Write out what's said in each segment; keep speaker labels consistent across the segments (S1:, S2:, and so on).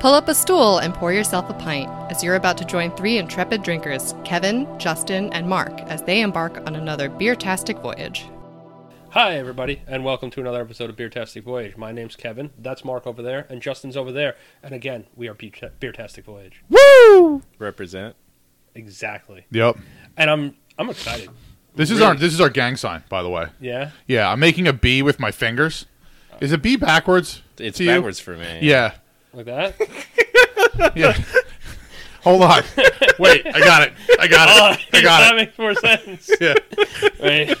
S1: Pull up a stool and pour yourself a pint as you're about to join three intrepid drinkers, Kevin, Justin, and Mark, as they embark on another beer-tastic voyage.
S2: Hi, everybody, and welcome to another episode of Beer Tastic Voyage. My name's Kevin. That's Mark over there, and Justin's over there. And again, we are Beer Tastic Voyage.
S3: represent.
S2: Exactly.
S4: Yep.
S2: And I'm I'm excited.
S4: This is our this is our gang sign, by the way.
S2: Yeah.
S4: Yeah, I'm making a B with my fingers. Is a B backwards?
S3: It's
S4: to you?
S3: backwards for me.
S4: Yeah.
S2: Like that.
S4: Yeah. Hold on. Wait, I got it. I got it. I
S2: that
S4: got it.
S2: makes more sense.
S4: Yeah.
S2: Right?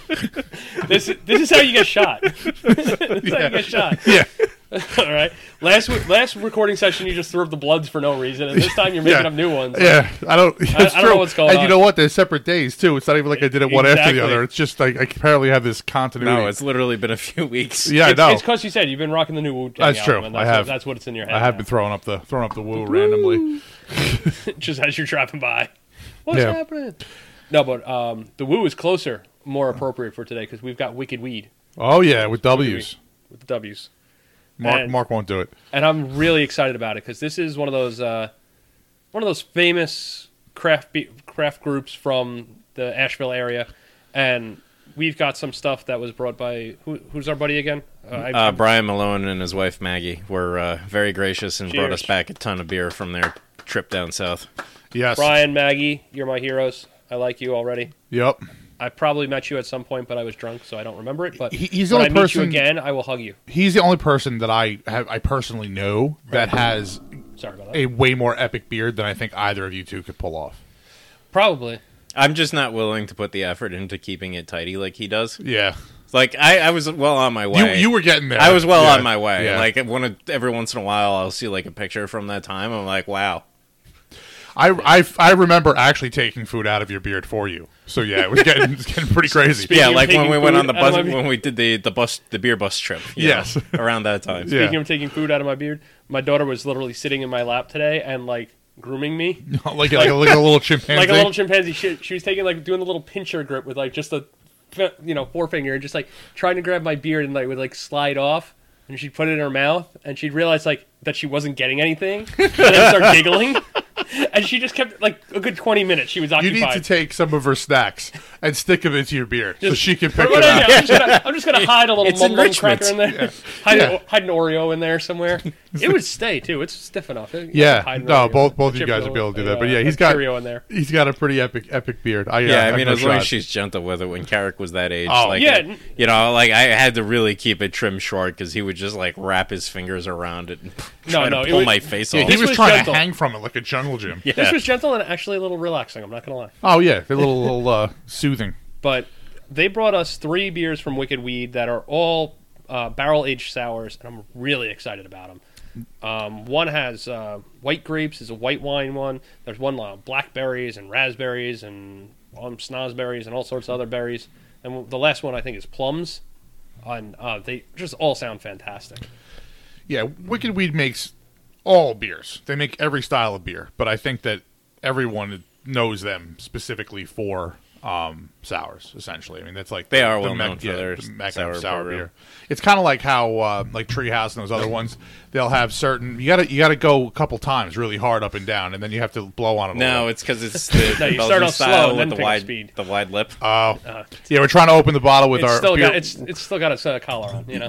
S2: This this is how you get shot. this is how you get shot.
S4: Yeah.
S2: All right. Last week, last recording session, you just threw up the bloods for no reason, and this time you're making
S4: Yeah.
S2: up new ones.
S4: Yeah. I don't it's
S2: I don't know
S4: true.
S2: what's going
S4: And
S2: on.
S4: you know what? They're separate days too. It's not even like I did it one after
S2: Exactly.
S4: the other. It's just like I apparently have this continuity.
S3: No, it's literally been a few weeks.
S4: yeah, I
S2: It's,
S4: know.
S2: it's because you said you've been rocking the new Wu Tang.
S4: That's true.
S2: And
S4: I
S2: that's,
S4: have.
S2: That's what it's in your head.
S4: I have
S2: now.
S4: been throwing up the throwing up the woo randomly.
S2: just as you're driving by. What's
S4: Yeah.
S2: happening? No, but um, the woo is closer, more appropriate for today because we've got Wicked Weed
S4: Oh yeah, with W's.
S2: with the W's,
S4: Mark
S2: And-
S4: Mark won't do it.
S2: and I'm really excited about it because this is one of those uh, one of those famous craft be- craft groups from the Asheville area, and we've got some stuff that was brought by who, who's our buddy again? Uh, I,
S3: Uh, Brian Malone and his wife Maggie were uh, very gracious and brought
S2: Cheers.
S3: us back a ton of beer from their trip down south.
S4: Yes.
S2: Brian, Maggie, you're my heroes. I like you already.
S4: Yep.
S2: I probably met you at some point, but I was drunk, so I don't remember it. But
S4: He- he's the
S2: when
S4: only
S2: I meet you
S4: person-
S2: again, I will hug you.
S4: He's the only person that I have I personally know that has
S2: Sorry about that.
S4: a way more epic beard than I think either of you two could pull off.
S2: Probably.
S3: I'm just not willing to put the effort into keeping it tidy like he does.
S4: Yeah.
S3: Like I, I was well on my
S4: You,
S3: way.
S4: you were getting there.
S3: I was well
S4: Yeah.
S3: on my way.
S4: Yeah.
S3: Like one of, every once in a while, I'll see like a picture from that time. I'm like, wow.
S4: I, I, I remember actually taking food out of your beard for you. So yeah, it was getting it's getting pretty crazy.
S2: Speaking
S3: yeah,
S2: of
S3: like when
S2: taking
S3: we went
S2: food
S3: on the
S2: out of
S3: bus,
S2: my-
S3: when we did the the bus, the beer bus trip. you
S4: Yes.
S3: know, around that time.
S4: Yeah.
S2: Speaking of taking food out of my beard, my daughter was literally sitting in my lap today and like grooming me
S4: like, like, a- like a little chimpanzee.
S2: like a little chimpanzee. She, she was taking like doing the little pincher grip with like just a you know forefinger and just like trying to grab my beard and like would like slide off. And she'd put it in her mouth, and she'd realize like that she wasn't getting anything, and then start giggling. And she just kept like a good twenty minutes. She was
S4: you
S2: occupied.
S4: need to take some of of her snacks and stick them into your beard so she can pick
S2: What
S4: it
S2: do I
S4: up.
S2: do? I'm, just gonna, I'm just gonna hide a little
S3: It's
S2: mum mum
S3: enrichment.
S2: cracker in there. Hide,
S4: Yeah.
S2: An, hide an Oreo in there somewhere. It would stay too. It's stiff enough. It- you can
S4: Yeah,
S2: hide an
S4: no,
S2: Oreo.
S4: both both
S2: A
S4: of you guys
S2: Chip
S4: will be able to do that.
S2: uh,
S4: But yeah,
S2: a
S4: he's got
S2: Cheerio in there.
S4: he's got a pretty epic epic beard. I,
S3: Yeah,
S4: have
S3: I mean,
S4: no
S3: as long as
S4: shot.
S3: she's gentle with it when Carrick was that age,
S4: Oh.
S3: like,
S2: Yeah.
S3: uh, you know, like I had to really keep it trim short because he would just like wrap his fingers around it and try
S2: no, it
S3: to pull
S2: was-
S3: my face
S4: yeah,
S3: off.
S4: he
S2: This
S4: was,
S2: was
S4: trying
S2: gentle.
S4: to hang from it like a jungle gym.
S3: Yeah.
S2: This was gentle and actually a little relaxing. I'm not gonna lie.
S4: Oh yeah, a little little uh, soothing.
S2: But they brought us three beers from Wicked Weed that are all uh, barrel aged sours, and I'm really excited about them. Um, one has uh, white grapes, is a white wine one. There's one on blackberries and raspberries and um, snozberries and all sorts of other berries. And the last one I think is plums, and uh, they just all sound fantastic.
S4: Yeah, Wicked Weed makes all beers. They make every style of beer, but I think that everyone knows them specifically for um, sours. Essentially, I mean that's like
S3: They are
S4: the
S3: well
S4: Mac-
S3: known for
S4: yeah,
S3: their
S4: the Mac
S3: sour
S4: sour, sour
S3: brew.
S4: beer. It's kind of like how uh, like Treehouse and those other ones. They'll have certain you gotta you gotta go a couple times really hard up and down, and then you have to blow on it. a
S3: no,
S4: little.
S3: it's because it's the
S2: No, you
S3: Belgian
S2: start off slow
S3: style
S2: and then
S3: with
S2: pick
S3: the
S2: up
S3: wide,
S2: speed.
S3: the wide lip.
S4: yeah, we're trying to open the bottle with
S2: It's
S4: our
S2: still
S4: beer.
S2: got it's it's still got its uh, collar on, you know.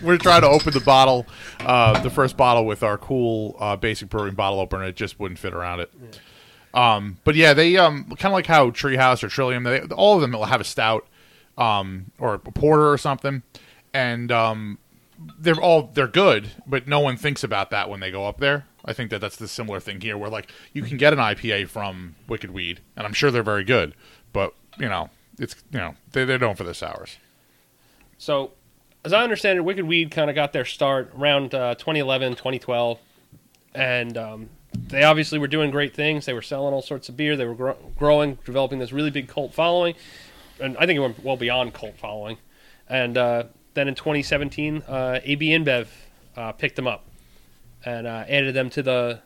S4: we're trying to open the bottle, uh, the first bottle with our cool uh, basic brewing bottle opener. It just wouldn't fit around it. Um, but yeah, they um, kind of like how Treehouse or Trillium, they, all of them will have a stout um, or a porter or something, and um, they're all they're good, but no one thinks about that when they go up there. I think that that's the similar thing here, where like you can get an IPA from Wicked Weed, and I'm sure they're very good, but you know it's you know they they're known for their sours.
S2: So, as I understand it, Wicked Weed kind of got their start around uh, 2011, 2012, and um, they obviously were doing great things. They were selling all sorts of beer. They were gro- growing, developing this really big cult following, and I think it went well beyond cult following. And uh, then in 2017, uh, AB InBev uh, picked them up and uh, added them to the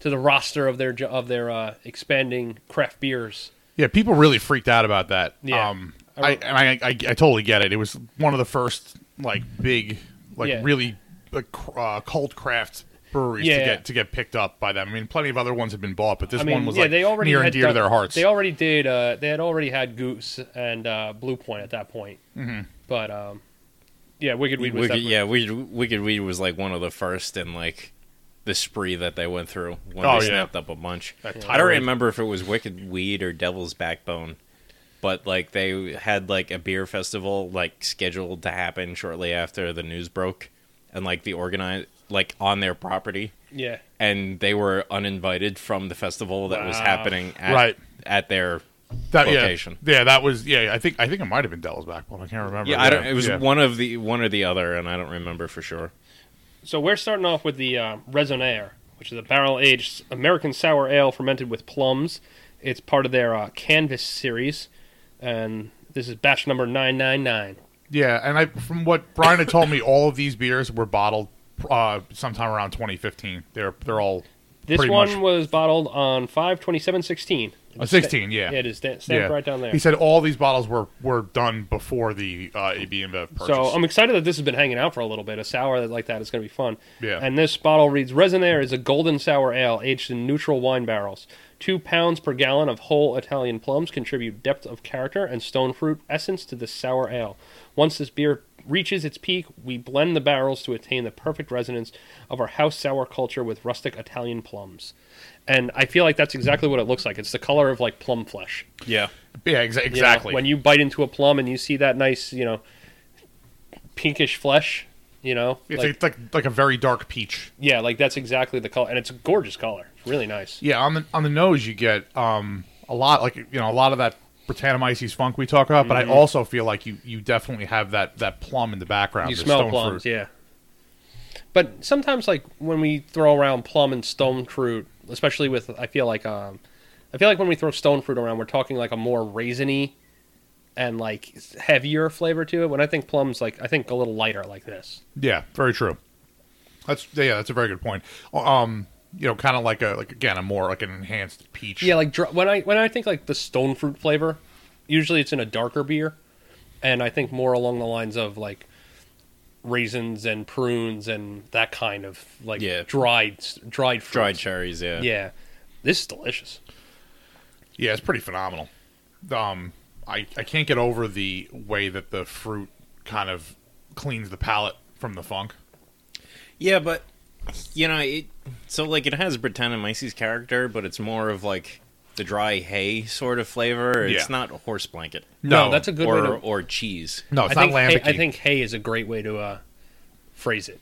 S2: to the roster of their jo- of their uh, expanding craft beers.
S4: Yeah, people really freaked out about that.
S2: Yeah.
S4: Um, I, and I, I, I totally get it. It was one of the first like big, like
S2: Yeah.
S4: really the cr- uh, cult craft breweries to
S2: Yeah.
S4: get to get picked up by them. I mean, plenty of other ones have been bought, but this
S2: I mean,
S4: one was
S2: yeah,
S4: like
S2: they already
S4: near and
S2: had
S4: dear
S2: done-
S4: to their hearts.
S2: They already did. Uh, they had already had Goose and uh, Blue Point at that point. Mm-hmm. But um, yeah, Wicked Weed was
S3: Wicked,
S2: definitely-
S3: yeah, Wicked, Wicked Weed was like one of the first in like the spree that they went through when
S4: Oh, yeah.
S3: they snapped up a bunch.
S4: That
S3: I don't
S4: tirade.
S3: remember if it was Wicked Weed or Devil's Backbone, but like they had like a beer festival like scheduled to happen shortly after the news broke, and like the organize like on their property,
S2: yeah.
S3: and they were uninvited from the festival that was
S2: Wow.
S3: happening at,
S4: Right.
S3: at their
S4: that,
S3: location.
S4: Yeah, yeah, that was yeah. I think I think it might have been Devil's Backbone. I can't remember.
S3: yeah. I don't. It was
S4: yeah.
S3: one of the one or the other, and I don't remember for sure.
S2: So we're starting off with the uh, Raisonnaire, which is a barrel aged American sour ale fermented with plums. It's part of their uh, Canvas series, and this is batch number nine nine nine.
S4: Yeah, and I from what Brian had told me, all of these beers were bottled uh, sometime around 2015. They're they're all
S2: This
S4: pretty
S2: one
S4: much-
S2: was bottled on five twenty seven sixteen.
S4: Uh, 16, yeah.
S2: Yeah, it is sta- stamped
S4: yeah.
S2: right down there.
S4: He said all these bottles were were done before the uh, AB InBev purchase.
S2: So um, I'm excited that this has been hanging out for a little bit. A sour that like that is going to be fun.
S4: Yeah.
S2: And this bottle reads: Resonair is a golden sour ale aged in neutral wine barrels. Two pounds per gallon of whole Italian plums contribute depth of character and stone fruit essence to this sour ale. Once this beer reaches its peak, we blend the barrels to attain the perfect resonance of our house sour culture with rustic Italian plums. And I feel like that's exactly what it looks like. It's the color of like plum flesh.
S3: Yeah.
S4: yeah, exa-
S2: You know,
S4: exactly.
S2: when you bite into a plum and you see that nice, you know, pinkish flesh, you know,
S4: it's
S2: like,
S4: like, like like a very dark peach.
S2: yeah, like that's exactly the color, and it's a gorgeous color. It's really nice.
S4: Yeah, on the on the nose you get um a lot like you know a lot of that Britannomyces funk we talk about,
S2: Mm-hmm.
S4: but I also feel like you you definitely have that that plum in the background.
S2: You
S4: the
S2: smell
S4: stone
S2: plums,
S4: fruit.
S2: yeah. But sometimes, like when we throw around plum and stone fruit, especially with, I feel like, um, I feel like when we throw stone fruit around, we're talking like a more raisiny and like heavier flavor to it. When I think plums, like I think a little lighter, like this.
S4: Yeah, very true. That's yeah, that's a very good point. Um, you know, kind of like a like again a more like an enhanced peach.
S2: Yeah, like dr- when I when I think like the stone fruit flavor, usually it's in a darker beer, and I think more along the lines of like raisins and prunes and that kind of like
S3: Yeah.
S2: dried dried fruit.
S3: Dried cherries. Yeah.
S2: Yeah, this is delicious.
S4: Yeah, it's pretty phenomenal. Um, I I can't get over the way that the fruit kind of cleans the palate from the funk.
S3: Yeah, but you know, it so like it has Britannomyces character, but it's more of like the dry hay sort of flavor. It's
S4: Yeah.
S3: not a horse blanket.
S2: No, that's a good
S3: or
S2: way to.
S3: or cheese.
S4: No,
S2: I
S4: it's
S2: think
S4: not
S2: hay,
S4: lambic.
S2: I think hay is a great way to uh, phrase it.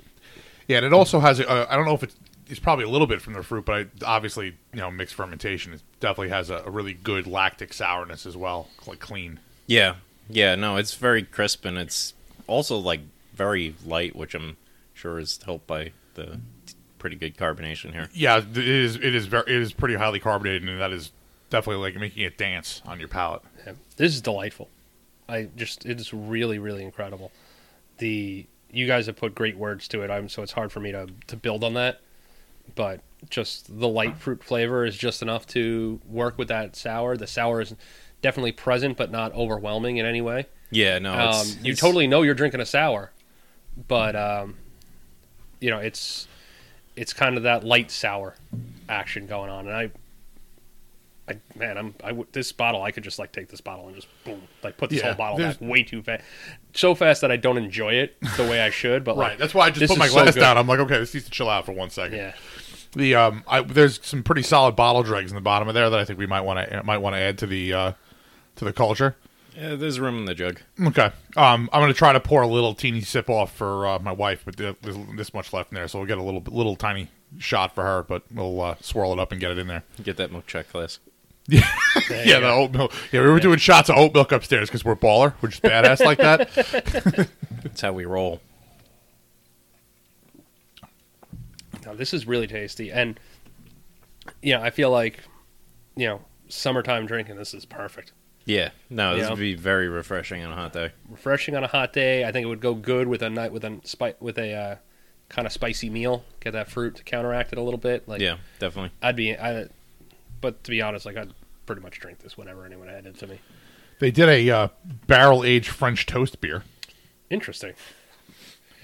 S4: Yeah, and it also has. a- Uh, I don't know if it's it's probably a little bit from the fruit, but I, obviously you know mixed fermentation it definitely has a, a really good lactic sourness as well, like clean.
S3: Yeah. Yeah, no, it's very crisp and it's also like very light, which I'm sure is helped by the pretty good carbonation here.
S4: Yeah, it is. It is very. It is pretty highly carbonated, and that is definitely like making it dance on your palate.
S2: Yeah, This is delightful. I just it is really really incredible. The you guys have put great words to it. I'm so it's hard for me to to build on that. But just the light fruit flavor is just enough to work with that sour. The sour is definitely present but not overwhelming in any way.
S3: Yeah, no,
S2: Um,
S3: it's,
S2: you
S3: it's-
S2: totally know you're drinking a sour, but um, you know it's it's kind of that light sour action going on, and I, I man, I'm I would this bottle I could just like take this bottle and just boom like put this
S4: Yeah,
S2: whole bottle
S4: there's-
S2: back way too fast, so fast that I don't enjoy it the way I should. But
S4: Right.
S2: like,
S4: That's why I just
S2: this
S4: put my
S2: is so
S4: glass
S2: good.
S4: down. I'm like, okay, this needs to chill out for one second.
S2: Yeah,
S4: The um, I, there's some pretty solid bottle dregs in the bottom of there that I think we might want to might want to add to the uh, to the culture.
S3: Yeah, there's room in the jug.
S4: Okay. Um, I'm gonna try to pour a little teeny sip off for uh, my wife, but there- there's this much left in there, so we'll get a little little tiny shot for her, but we'll uh, swirl it up and get it in there.
S3: Get that milk check class.
S2: There
S4: yeah,
S2: you
S4: the
S2: go.
S4: oat milk. Yeah, we were doing shots of oat milk upstairs because we're baller. We're just badass like that.
S3: That's how we roll.
S2: Now, this is really tasty, and you know I feel like you know summertime drinking this is perfect.
S3: Yeah. No, this
S2: Yeah.
S3: would be very refreshing on a hot day.
S2: refreshing on a hot day. I think it would go good with a night with a spi- with a uh, kind of spicy meal. Get that fruit to counteract it a little bit. Like
S3: Yeah, definitely.
S2: I'd be I, but to be honest, like I'd pretty much drink this whenever anyone had it to me.
S4: they did a uh, barrel aged French toast beer.
S2: Interesting.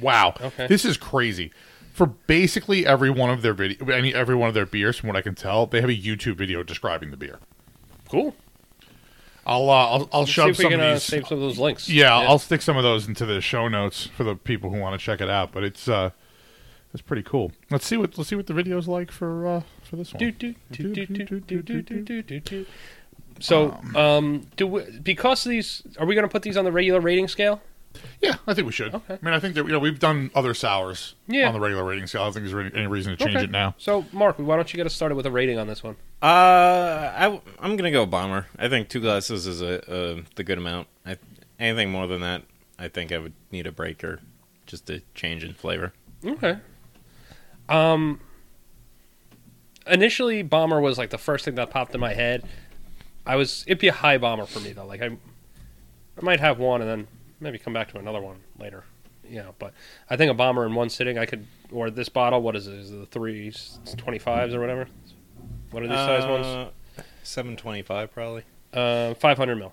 S4: Wow,
S2: Okay.
S4: this is crazy. For basically every one of their video, any every one of their beers, from what I can tell, they have a YouTube video describing the beer.
S2: Cool.
S4: I'll uh, I'll, I'll
S2: See
S4: shove
S2: if we
S4: some
S2: can
S4: of
S2: uh,
S4: these.
S2: save some of those links.
S4: yeah, I'll stick some of those into the show notes for the people who want to check it out. But it's uh, it's pretty cool. Let's see what let's see what the video's like for uh for this one.
S2: Do, do, do, do, do, do, do, do, do, do, do. So, um, do we, because of these, are we going to put these on the regular rating scale?
S4: Yeah, I think we should.
S2: Okay.
S4: I mean, I think that you know we've done other sours
S2: Yeah.
S4: on the regular rating scale. I don't think there's any, any reason to change
S2: Okay.
S4: it now.
S2: So, Mark, why don't you get us started with a rating on this one?
S3: Uh, I, I'm gonna go bomber. I think two glasses is a, a the good amount. I, anything more than that, I think I would need a break or just a change in flavor.
S2: Okay. Um. Initially, bomber was like the first thing that popped in my head. I was it'd be a high bomber for me though. Like I, I might have one and then maybe come back to another one later. You know, but I think a bomber in one sitting I could or this bottle. What is it? Is it the three twenty fives or whatever? What are these size
S3: Uh,
S2: ones?
S3: Seven twenty-five, probably.
S2: Uh, five hundred mil.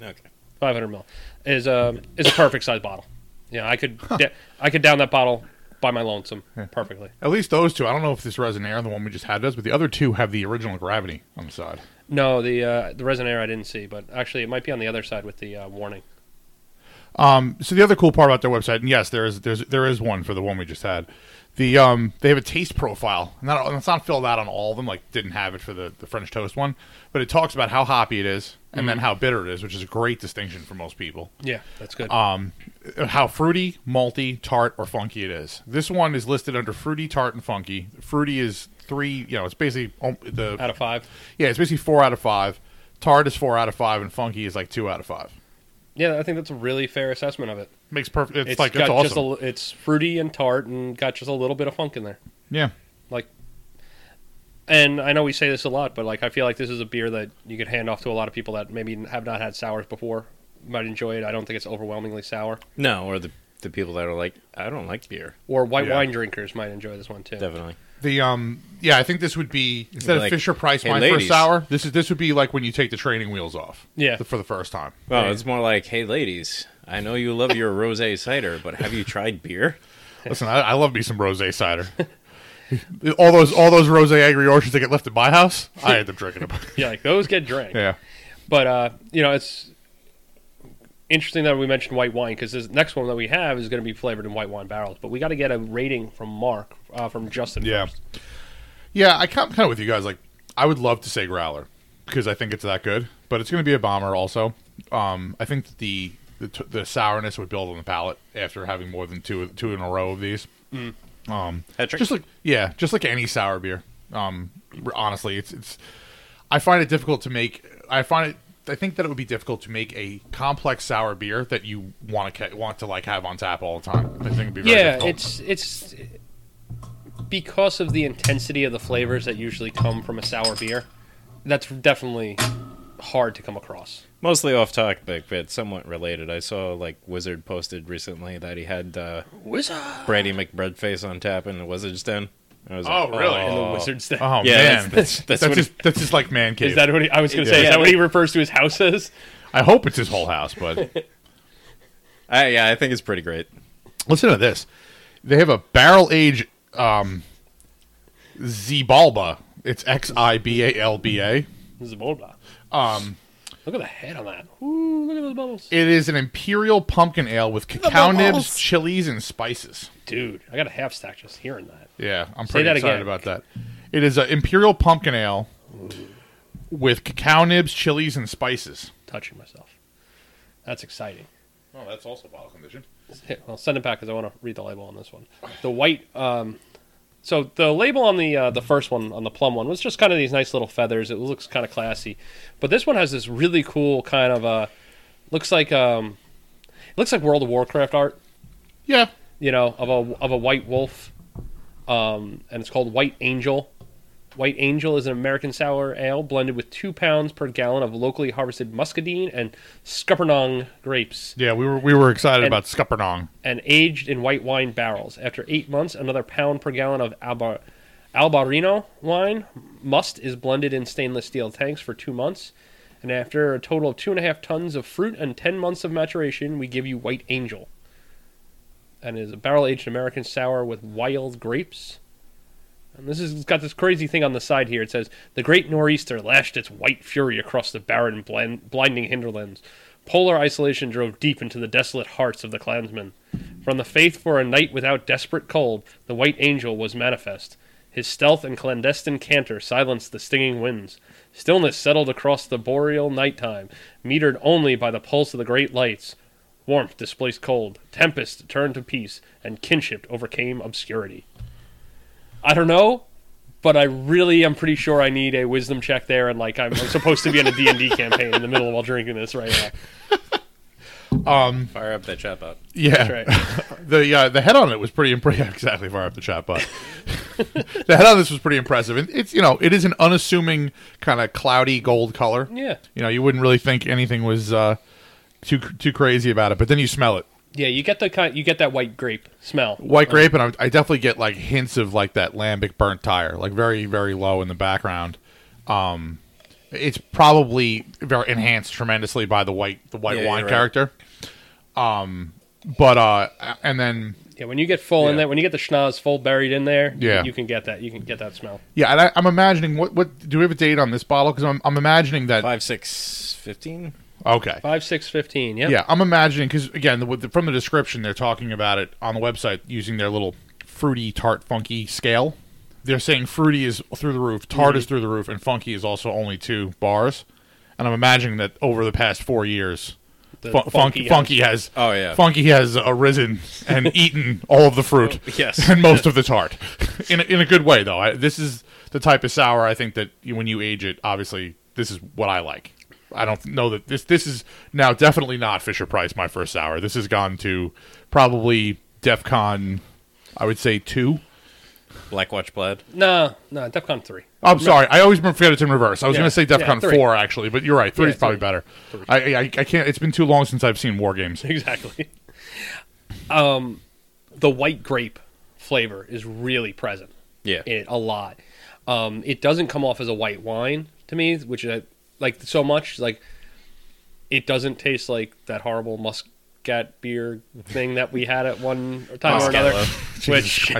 S3: Okay.
S2: 500 mil is a is a perfect size bottle. Yeah, I could da- I could down that bottle by my lonesome perfectly.
S4: At least those two. I don't know if this Resonair, the one we just had, does, but the other two have the original gravity on the side.
S2: No, the uh, the resonator I didn't see, but actually it might be on the other side with the uh, warning.
S4: Um, so the other cool part about their website, and yes, there is there's there is one for the one we just had. The um, they have a taste profile, and that- and it's not filled out on all of them. Like didn't have it for the, the French toast one, but it talks about how hoppy it is, and
S2: Mm-hmm.
S4: then how bitter it is, which is a great distinction for most people.
S2: Yeah, that's good.
S4: um, how fruity, malty, tart, or funky it is. This one is listed under fruity, tart, and funky. Fruity is three. You know, it's basically um, the
S2: Out of five.
S4: yeah, it's basically four out of five. Tart is four out of five, and funky is like two out of five.
S2: Yeah, I think that's a really fair assessment of it.
S4: Makes perfect. It's,
S2: It's
S4: like
S2: got
S4: it's awesome.
S2: just a, li- it's fruity and tart and got just a little bit of funk in there.
S4: yeah,
S2: Like, and I know we say this a lot, but like I feel like this is a beer that you could hand off to a lot of people that maybe have not had sours before. Might enjoy it. I don't think it's overwhelmingly sour.
S3: No, or the the people that are like, I don't like beer.
S2: Or white
S4: Yeah.
S2: wine drinkers might enjoy this one too.
S3: Definitely.
S4: the um, yeah, I think this would be instead of
S3: Like,
S4: Fisher Price
S3: hey,
S4: wine for a
S3: ladies.
S4: sour. This is this would be like when you take the training wheels off.
S2: Yeah.
S4: the- for the first time.
S3: Well, it's more like, hey, ladies, I know you love your rosé cider, but have you tried beer?
S4: Listen, I, I love me some rosé cider. all those all those rosé agri orchards that get left at my house, I end up drinking them.
S2: Yeah, like those get drank.
S4: yeah.
S2: But uh, you know, it's interesting that we mentioned white wine because this next one that we have is going to be flavored in white wine barrels. But we got to get a rating from Mark uh, from Justin.
S4: Yeah.
S2: first.
S4: Yeah, I kind kind of with you guys. Like, I would love to say growler because I think it's that good, but it's going to be a bomber also. Um, I think that the the, t- the sourness would build on the palate after having more than two two in a row of these. Um,
S3: Patrick?
S4: just like yeah, just like any sour beer. Um, r- honestly, it's it's. I find it difficult to make. I find it. I think that it would be difficult to make a complex sour beer that you want to ca- want to like have on tap all the time. I think it'd be very
S2: yeah,
S4: difficult.
S2: it's it's because of the intensity of the flavors that usually come from a sour beer. That's definitely hard to come across.
S3: Mostly off topic, but somewhat related. I saw like Wizard posted recently that he had uh, Brady McBreadface on tap in the Wizard's Den. I was
S4: Oh,
S3: like,
S4: really?
S2: In the
S3: "Oh."
S2: wizard's den.
S4: Oh
S3: Yeah,
S4: man,
S3: that's- that's- that's
S4: that's
S3: what he-
S4: just, that's just like man cave.
S2: Is that what he, I was going to say? Is
S3: Yeah.
S2: that what he refers to his house as?
S4: I hope it's his whole house, but
S3: I, yeah, I think it's pretty great.
S4: listen to this. They have a barrel age um Zibalba. It's X I B A L B A.
S2: This is Boba.
S4: Um
S2: Look at the head on that. Ooh, look at those bubbles.
S4: it is an imperial pumpkin ale with cacao nibs,
S3: balls.
S4: chilies, and spices.
S2: Dude, I got a half stack just hearing that.
S4: Yeah, I'm pretty
S2: that
S4: excited
S2: again.
S4: about that. It is an imperial pumpkin ale with cacao nibs, chilies, and spices.
S2: Touching myself. That's exciting.
S4: Oh, that's also bottle condition.
S2: Here, I'll send it back because I want to read the label on this one. The white. Um, so the label on the uh, the first one on the plum one was just kind of these nice little feathers. It looks kind of classy, but this one has this really cool kind of uh, looks like um, it looks like World of Warcraft art.
S4: Yeah.
S2: you know, of a of a white wolf, um, and it's called White Angel. White Angel is an American sour ale blended with two pounds per gallon of locally harvested muscadine and scuppernong grapes,
S4: Yeah, we were we were excited
S2: And-
S4: about Scuppernong.
S2: and aged in white wine barrels. After eight months, another pound per gallon of Albar- Albarino wine must is blended in stainless steel tanks for two months. And after a total of two and a half tons of fruit and ten months of maturation, we give you White Angel. and is a barrel aged American sour with wild grapes. And this is it's got this crazy thing on the side here. It says the great nor'easter lashed its white fury across the barren, blend, blinding hinterlands. Polar isolation drove deep into the desolate hearts of the clansmen. From the faith for a night without desperate cold, the white angel was manifest. His stealth and clandestine canter silenced the stinging winds. Stillness settled across the boreal nighttime, metered only by the pulse of the great lights. Warmth displaced cold, tempest turned to peace, and kinship overcame obscurity. I don't know, but I really am pretty sure I need a wisdom check there, and like I'm, I'm supposed to be in a D&D campaign in the middle while drinking this right now.
S3: Fire up that chatbot.
S4: Yeah,
S2: That's right.
S4: the uh, the head on it was pretty impressive. Exactly far up the chat, but the head on this was pretty impressive. And it's you know it is an unassuming kind of cloudy gold color.
S2: Yeah.
S4: you know you wouldn't really think anything was uh, too too crazy about it, but then you smell it,
S2: Yeah, you get the kind, you get that white grape smell.
S4: white grape, and I, I definitely get like hints of like that lambic burnt tire, like very very low in the background. Um, it's probably very enhanced tremendously by the white the white
S3: Yeah,
S4: wine
S3: you're right.
S4: character. Um, but uh, and then
S2: Yeah, when you get full in
S4: Yeah.
S2: there, when you get the schnoz full buried in there,
S4: Yeah.
S2: you can get that. You can get that smell.
S4: Yeah, and I, I'm imagining what what do we have a date on this bottle? Because I'm I'm imagining that.
S3: Five, six, fifteen.
S4: Okay.
S2: Five, six, fifteen. Yeah.
S4: Yeah, I'm imagining because again, the, with the, from the description, they're talking about it on the website using their little fruity, tart, funky scale. They're saying fruity is through the roof, tart is through the roof, and funky is also only two bars. And I'm imagining that over the past four years,
S2: The
S4: fun- funky,
S2: funky
S4: funky has
S3: Oh, yeah.
S4: funky has arisen and eaten all of the fruit,
S2: Oh,
S3: yes.
S4: and most of the tart, in a, in a good way though. I, this is the type of sour I think that you, when you age it, obviously this is what I like. I don't know that this this is now definitely not Fisher Price my first sour. This has gone to probably DEF CON, I would say two.
S3: Blackwatch plaid.
S2: No, no, DEFCON three.
S4: Oh, I'm sorry. I always forget it's in reverse. I was
S2: Yeah,
S4: going to say DEF
S2: yeah,
S4: CON
S2: three.
S4: 4, actually, but you're right. 3 is
S2: Yeah,
S4: probably
S2: three.
S4: better. I, I, I can't. It's been too long since I've seen War Games.
S2: Exactly. Um, the white grape flavor is really present
S3: Yeah.
S2: in it a lot. Um, it doesn't come off as a white wine to me, which I like so much. Like, it doesn't taste like that horrible muscat beer thing that we had at one time or another. Which,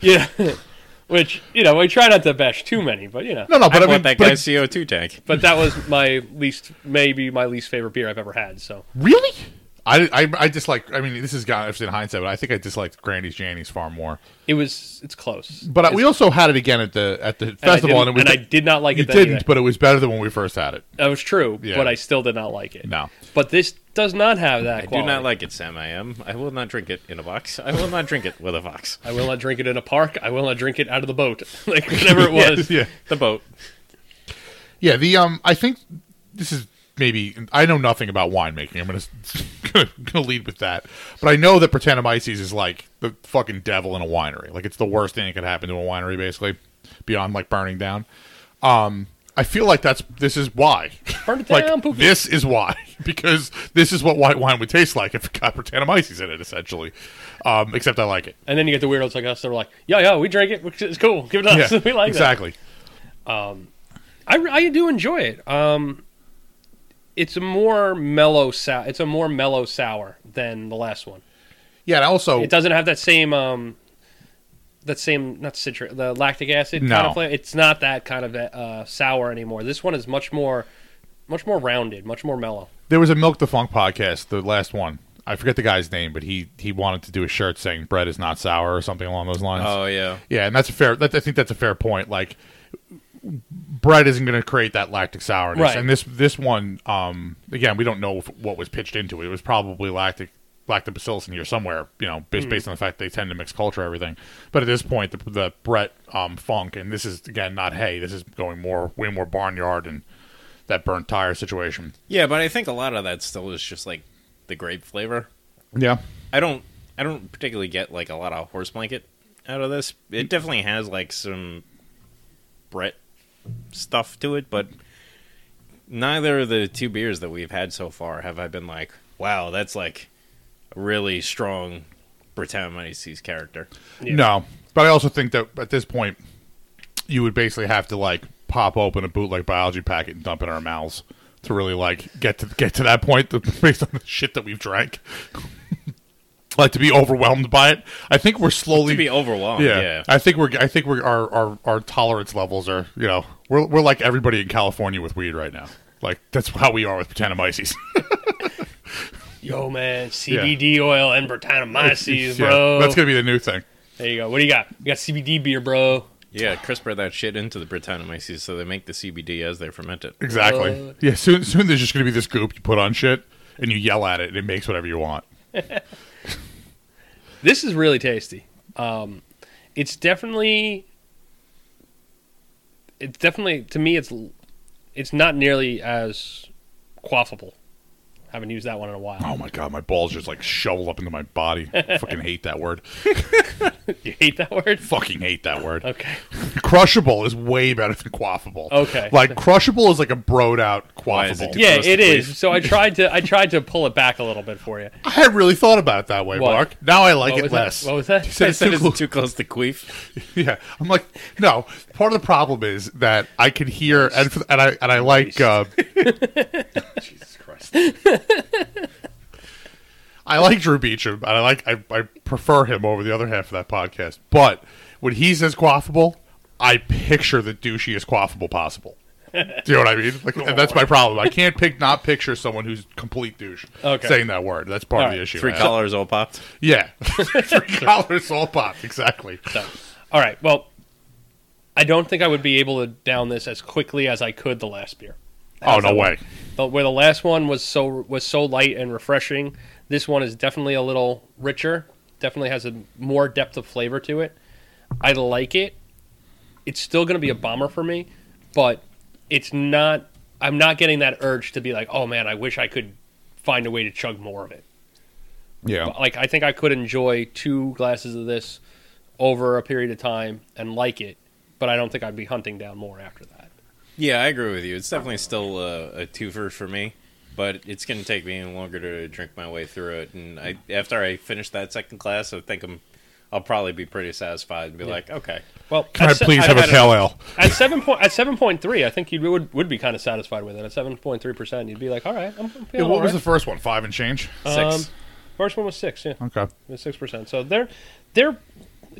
S2: yeah, which you know, we try not to bash too many, but you know,
S4: No, no, but I,
S3: I,
S4: mean,
S3: want that
S4: but
S3: guy's CO2 tank.
S2: but that was my least, maybe my least favorite beer I've ever had. So
S4: Really? I, I, I dislike. I mean, this is got it's in hindsight, but I think I disliked Granny's Janny's far more.
S2: it was, it's close.
S4: But I, we also had it again at the at the
S2: And I
S4: festival,
S2: didn't-
S4: and, it was,
S2: and I did not like
S4: you
S2: it. then
S4: didn't,
S2: either.
S4: but it was better than when we first had it.
S2: that was true.
S4: Yeah.
S2: But I still did not like it.
S4: No.
S2: But this does not have that.
S3: I do not like it, Sam. I am. I will not drink it in a box. I will not drink it with a box.
S2: I will not drink it in a park. I will not drink it out of the boat, like whatever it was.
S4: Yeah,
S3: The boat.
S4: yeah. The um, I think this is maybe I know nothing about winemaking. I'm gonna gonna, gonna lead with that, but I know that Brettanomyces is like the fucking devil in a winery. Like it's the worst thing that could happen to a winery, basically, beyond like burning down. Um, I feel like that's this is why.
S2: Burn it
S4: like
S2: down, poopy.
S4: this is why because this is what white wine would taste like if it got Brettanomyces in it, essentially. Um, except I like it.
S2: And then you get the weirdos like us that are like, "Yeah, yeah, we drank it. It's cool. Give it to us. we like that."
S4: exactly.
S2: I, I do enjoy it. Um, it's a more mellow sour. It's a more mellow sour than the last one.
S4: Yeah, and also
S2: It doesn't have that same um, that same not citric the lactic acid kind
S4: No.
S2: of flavor. It's not that kind of uh, sour anymore. This one is much more much more rounded, much more mellow.
S4: there was a Milk the Funk podcast, the last one. I forget the guy's name, but he he wanted to do a shirt saying bread is not sour or something along those lines.
S3: Oh yeah.
S4: Yeah, and that's a fair. That, I think that's a fair point. Like, bread isn't going to create that lactic sourness,
S2: Right.
S4: and this this one, um, again, we don't know if, what was pitched into it. It was probably lactic lactobacillus in here somewhere. You know, based, based on the fact they tend to mix culture everything. But at this point, the the Brett um, funk, and this is again not hay. This is going more way more barnyard and that burnt tire situation.
S3: Yeah, but I think a lot of that still is just like the grape flavor.
S4: Yeah,
S3: I don't I don't particularly get like a lot of horse blanket out of this. It definitely has like some Brett stuff to it, but neither of the two beers that we've had so far have I been like, wow, that's like a really strong Brettanomyces character.
S4: No, but I also think that at this point, you would basically have to like pop open a bootleg biology packet and dump it in our mouths to really like get to get to that point that- based on the shit that we've drank. like to be overwhelmed by it. I think we're slowly
S3: to be overwhelmed.
S4: yeah,
S3: yeah.
S4: I think we're. I think we're. Our, our our tolerance levels are. You know, we're we're like everybody in California with weed right now. Like that's how we are with Britannomyces.
S2: Yo, man, CBD oil and Britannomyces,
S4: Yeah,
S2: bro.
S4: that's gonna be the new thing.
S2: There you go. What do you got? We got CBD beer, bro.
S3: Yeah, crisper that shit into the Britannomyces so they make the CBD as they ferment it.
S4: Exactly.
S2: Uh,
S4: yeah. Soon, soon there's just gonna be this goop you put on shit and you yell at it and it makes whatever you want.
S2: This is really tasty. Um, it's definitely, it's definitely to me, it's l- it's not nearly as quaffable. Haven't used that one in a while.
S4: Oh my god, my balls just like shovel up into my body. Fucking hate that word.
S2: You hate that word?
S4: Fucking hate that word.
S2: Okay.
S4: Crushable is way better than quaffable.
S2: Okay.
S4: Like crushable is like a broed out
S3: Why is it
S4: quaffable.
S3: different?
S2: Yeah,
S3: close
S2: it
S3: to
S2: is.
S3: please.
S2: So I tried to I tried to pull it back a little bit for you.
S4: I had really thought about it that way,
S2: What?
S4: Mark. Now I like
S2: What
S4: it
S2: was
S4: less.
S2: that? What was that?
S4: You said
S3: I
S4: it's
S3: said
S4: too
S3: it's
S4: close.
S3: too close to queef.
S4: yeah, I'm like, no. Part of the problem is that I can hear, and and I and I like, uh,
S2: Jesus Christ.
S4: I like Drew Beecham, and I like, I, I prefer him over the other half of that podcast. But when he says quaffable, I picture the douchiest quaffable possible. Do you know what I mean? Like, and that's my problem. I can't pick, not picture someone who's complete douche
S2: Okay.
S4: saying that word. That's part of
S2: All
S4: the
S2: right,
S4: issue.
S3: Three
S4: man.
S3: collars all popped.
S4: yeah, three collars all popped. Exactly.
S2: All right. Well, I don't think I would be able to down this as quickly as I could the last beer.
S4: Oh
S2: How's
S4: no
S2: that
S4: way.
S2: But where the last one was so was so light and refreshing, this one is definitely a little richer. Definitely has a more depth of flavor to it. I like it. It's still going to be a bomber for me, but it's not. I'm not getting that urge to be like, oh man, I wish I could find a way to chug more of it.
S4: Yeah.
S2: Like I think I could enjoy two glasses of this over a period of time and like it, but I don't think I'd be hunting down more after that.
S3: Yeah, I agree with you. It's definitely still a, a twofer for me, but it's going to take me longer to drink my way through it. And I, after I finish that second class, I think I'm, I'll probably be pretty satisfied and be like, okay,
S2: Well,
S4: Can I
S2: at se-
S4: please
S2: I've
S4: have a
S2: had
S4: pale ale?
S2: At seven point, at seven point three, I think you would would be kind of satisfied with it. At seven point three percent, you'd be like, all right, I'm, I'm feeling
S4: Yeah,
S2: all
S4: what was the
S2: right."
S4: first one? Five and change.
S3: six.
S2: Um, first one was six, yeah,
S4: Oh, Okay.
S2: six percent. So they're they're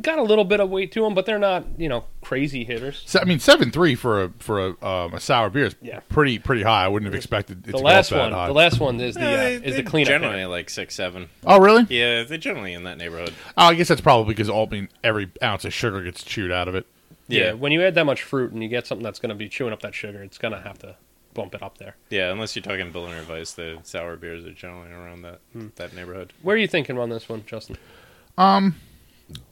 S2: got a little bit of weight to them, but they're not you know crazy hitters.
S4: So, I mean, seven three for a for a, um, a sour beer is
S2: Yeah.
S4: pretty pretty high. I wouldn't have expected it
S2: The
S4: to
S2: last
S4: go up
S2: one,
S4: that high.
S2: the last one is the
S3: Yeah,
S2: uh,
S3: they-
S2: is
S3: they
S2: the cleanup. hitter.
S3: Generally like six, seven.
S4: oh, really?
S3: Yeah, they're generally in that neighborhood.
S4: Oh, I guess that's probably because all I mean every ounce of sugar gets chewed out of it.
S2: Yeah.
S3: Yeah,
S2: when you add that much fruit and you get something that's going to be chewing up that sugar, it's going to have to bump it up there.
S3: yeah. Unless you're talking Billionaire Vice, the sour beers are generally around that that neighborhood.
S2: Where are you thinking on this one, Justin?
S4: I'm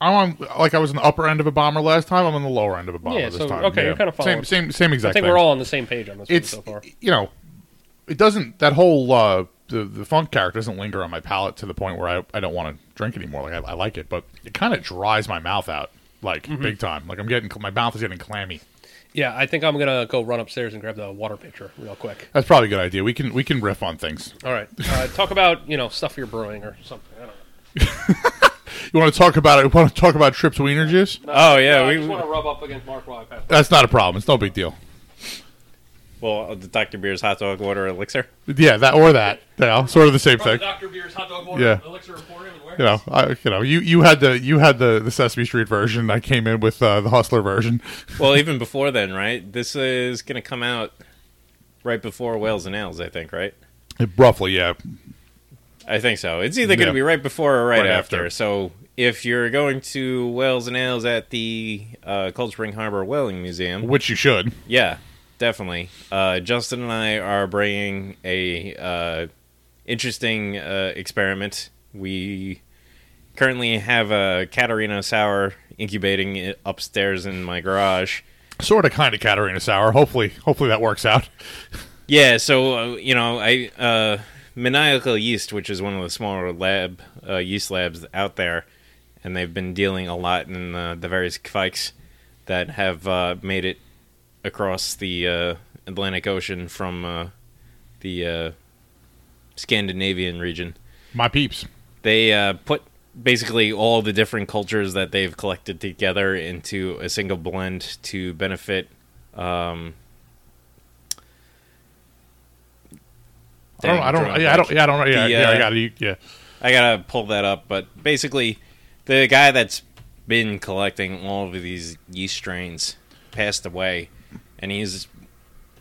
S4: on, like I was on the upper end of a bomber last time. I'm on the lower end of a bomber
S2: Yeah,
S4: this
S2: so-
S4: time.
S2: okay,
S4: yeah.
S2: you're kinda
S4: same
S2: following.
S4: same same exact.
S2: I think
S4: thing.
S2: we're all on the same page on this
S4: It's
S2: one so far.
S4: you know, it doesn't that whole uh, the the funk character doesn't linger on my palate to the point where I, I don't want to drink anymore. Like I, I like it, but it kind of dries my mouth out like
S2: Mm-hmm.
S4: big time. Like I'm getting my mouth is getting clammy.
S2: Yeah, I think I'm gonna go run upstairs and grab the water pitcher real quick.
S4: That's probably a good idea. We can we can riff on things.
S2: All right, uh, talk about you know stuff you're brewing or something. I don't know.
S4: You want to talk about it? Want to talk about Trips Wiener Juice?
S3: Oh yeah,
S2: I
S3: we
S2: just want to rub up against Mark while I pass.
S4: That's not a problem. It's no big deal.
S3: well uh, the Dr Beer's hot dog water elixir.
S4: Yeah, that or that. You know, sort of the same
S2: From
S4: thing.
S2: Dr. Beer's hot dog water,
S4: Yeah.
S2: elixir emporium, and where?
S4: You know, I, you know, you you had the you had the, the Sesame Street version. I came in with uh, the Hustler version.
S3: Well, even before then, right? This is gonna come out right before Whales and Ales, I think, right?
S4: Roughly, yeah.
S3: I think so. It's either
S4: Yeah.
S3: gonna be right before or right,
S4: Right
S3: after.
S4: after.
S3: So if you're going to Whales and Ales at the uh, Cold Spring Harbor Whaling Museum,
S4: Which you should.
S3: yeah, definitely. Uh, Justin and I are bringing a uh, interesting uh, experiment. We currently have a Catarina sour incubating i- upstairs in my garage.
S4: Sort of, kind of Katarina sour. Hopefully, hopefully that works out.
S3: Yeah, so uh, you know, I uh, maniacal yeast, which is one of the smaller lab uh, yeast labs out there, and they've been dealing a lot in uh, the various kvikes that have uh, made it across the uh, Atlantic Ocean from uh, the uh, Scandinavian region.
S4: My peeps.
S3: They uh, put basically all the different cultures that they've collected together into a single blend to benefit. Um,
S4: I don't. I don't.
S3: Drawing
S4: Yeah, I don't.
S3: back.
S4: Yeah, I don't. Yeah,
S3: The,
S4: yeah. I
S3: uh,
S4: got to. Yeah.
S3: I I gotta pull that up, but basically, the guy that's been collecting all of these yeast strains passed away, and he's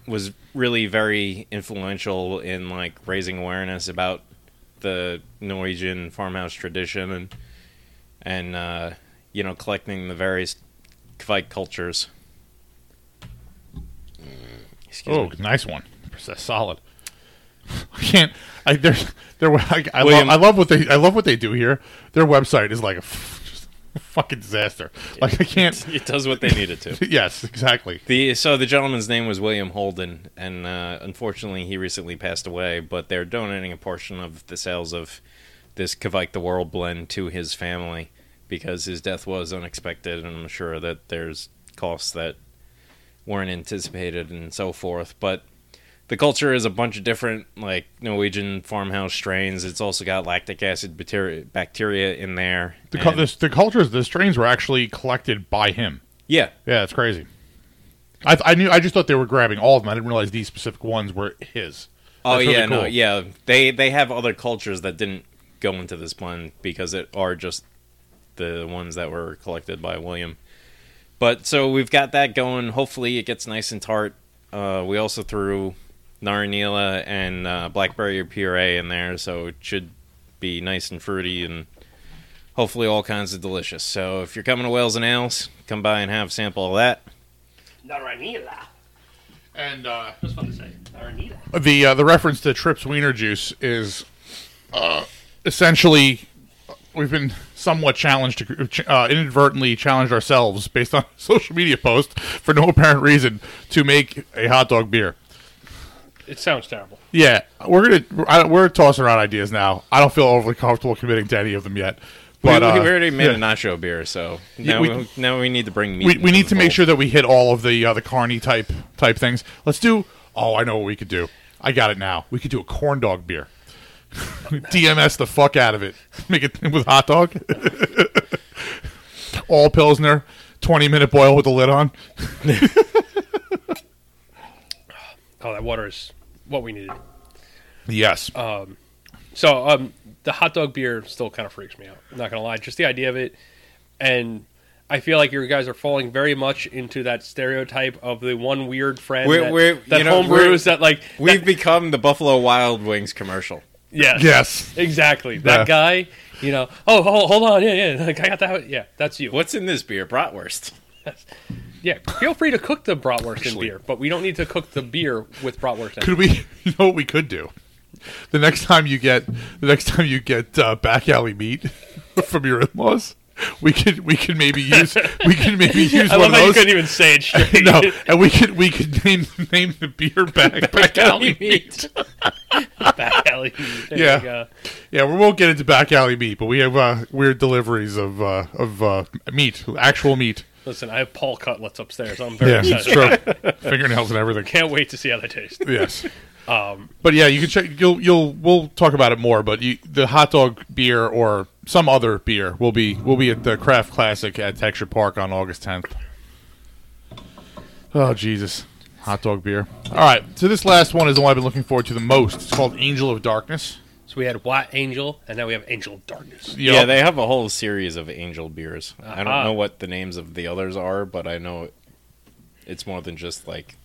S3: was really very influential in like raising awareness about the Norwegian farmhouse tradition and and uh, you know collecting the various Kvike cultures. Excuse
S4: Oh,
S3: me.
S4: nice one. That's solid. I can't. I there. There. I, I, love,
S3: William.
S4: I love what they. I love what they do here. Their website is like a f- just a fucking disaster. Like I can't.
S3: It does what they need it to.
S4: Yes, exactly.
S3: The so the gentleman's name was William Holden, and uh, unfortunately he recently passed away. But they're donating a portion of the sales of this Kvike the World blend to his family because his death was unexpected, and I'm sure that there's costs that weren't anticipated and so forth. But the culture is a bunch of different like Norwegian farmhouse strains. It's also got lactic acid bacteria, bacteria in there.
S4: The, cul
S3: and-
S4: this, the cultures, the strains were actually collected by him.
S3: yeah,
S4: Yeah, it's crazy. I, th- I knew. I just thought they were grabbing all of them. I didn't realize these specific ones were his.
S3: Oh
S4: That's really
S3: yeah, no,
S4: cool.
S3: yeah. They they have other cultures that didn't go into this blend because it are just the ones that were collected by William. But so we've got that going. Hopefully, it gets nice and tart. Uh, we also threw Naranila and uh, blackberry puree in there, so it should be nice and fruity and hopefully all kinds of delicious. So if you're coming to Wales and Ales, come by and have a sample of that.
S2: Naranila.
S4: And uh,
S2: Just fun to say. Naranila.
S4: the uh, the reference to Trips Wiener Juice is uh, essentially we've been somewhat challenged, to, uh, inadvertently challenged ourselves based on a social media post for no apparent reason to make a hot dog beer.
S2: It sounds terrible.
S4: Yeah, we're gonna I, we're tossing around ideas now. I don't feel overly comfortable committing to any of them yet. But
S3: we,
S4: uh,
S3: we already made
S4: yeah.
S3: a nacho beer, so now
S4: we-
S3: we, now we need to bring meat.
S4: we,
S3: into
S4: we
S3: the
S4: need to
S3: fold.
S4: make sure that we hit all of the uh, the carny type type things. Let's do. Oh, I know what we could do. I got it now. We could do a corn dog beer. DMS the fuck out of it. Make it with hot dog. all pilsner, twenty minute boil with the lid on.
S2: Oh, that water is what we needed.
S4: Yes.
S2: Uh, So um, the hot dog beer still kind of freaks me out. I'm not gonna lie, just the idea of it, and I feel like you guys are falling very much into that stereotype of the one weird friend
S3: We're-
S2: that,
S3: we're-
S2: that
S3: you know,
S2: homebrews
S3: we're-
S2: that like
S3: We've become the Buffalo Wild Wings commercial.
S2: yeah
S4: yes.
S2: exactly that
S4: Yeah.
S2: guy you know oh hold, hold on yeah yeah like I got that yeah that's you
S3: What's in this beer? Bratwurst.
S2: yeah feel free to cook the bratwurst in beer but we don't need to cook the beer with bratwurst in it.
S4: Could we? You know what we could do. The next time you get the next time you get uh, back alley meat from your in laws, we could we could maybe use we could maybe use
S2: I love
S4: one of
S2: how you
S4: those.
S2: couldn't even say it straight
S4: no, and we could we could name name the beer back back alley.
S2: meat back alley meat. There
S4: Yeah.
S2: you go.
S4: Yeah, we won't get into back alley meat, but we have uh, weird deliveries of uh, of uh, meat, actual meat.
S2: Listen, I have Paul cutlets upstairs. I'm very
S4: Yeah,
S2: excited.
S4: it's true. Fingernails and everything.
S2: Can't wait to see how they taste.
S4: Yes. Um, but yeah, you can check. You'll you'll we'll talk about it more. But you, the hot dog beer or some other beer will be will be at the Craft Classic at Texture Park on August 10th. Oh Jesus, hot dog beer. All right, so this last one is the one I've been looking forward to the most. It's called Angel of Darkness.
S2: So we had White Angel, and now we have Angel of Darkness.
S4: Yup.
S3: Yeah, they have a whole series of angel beers. I
S2: Uh-huh.
S3: don't know what the names of the others are, but I know it's more than just like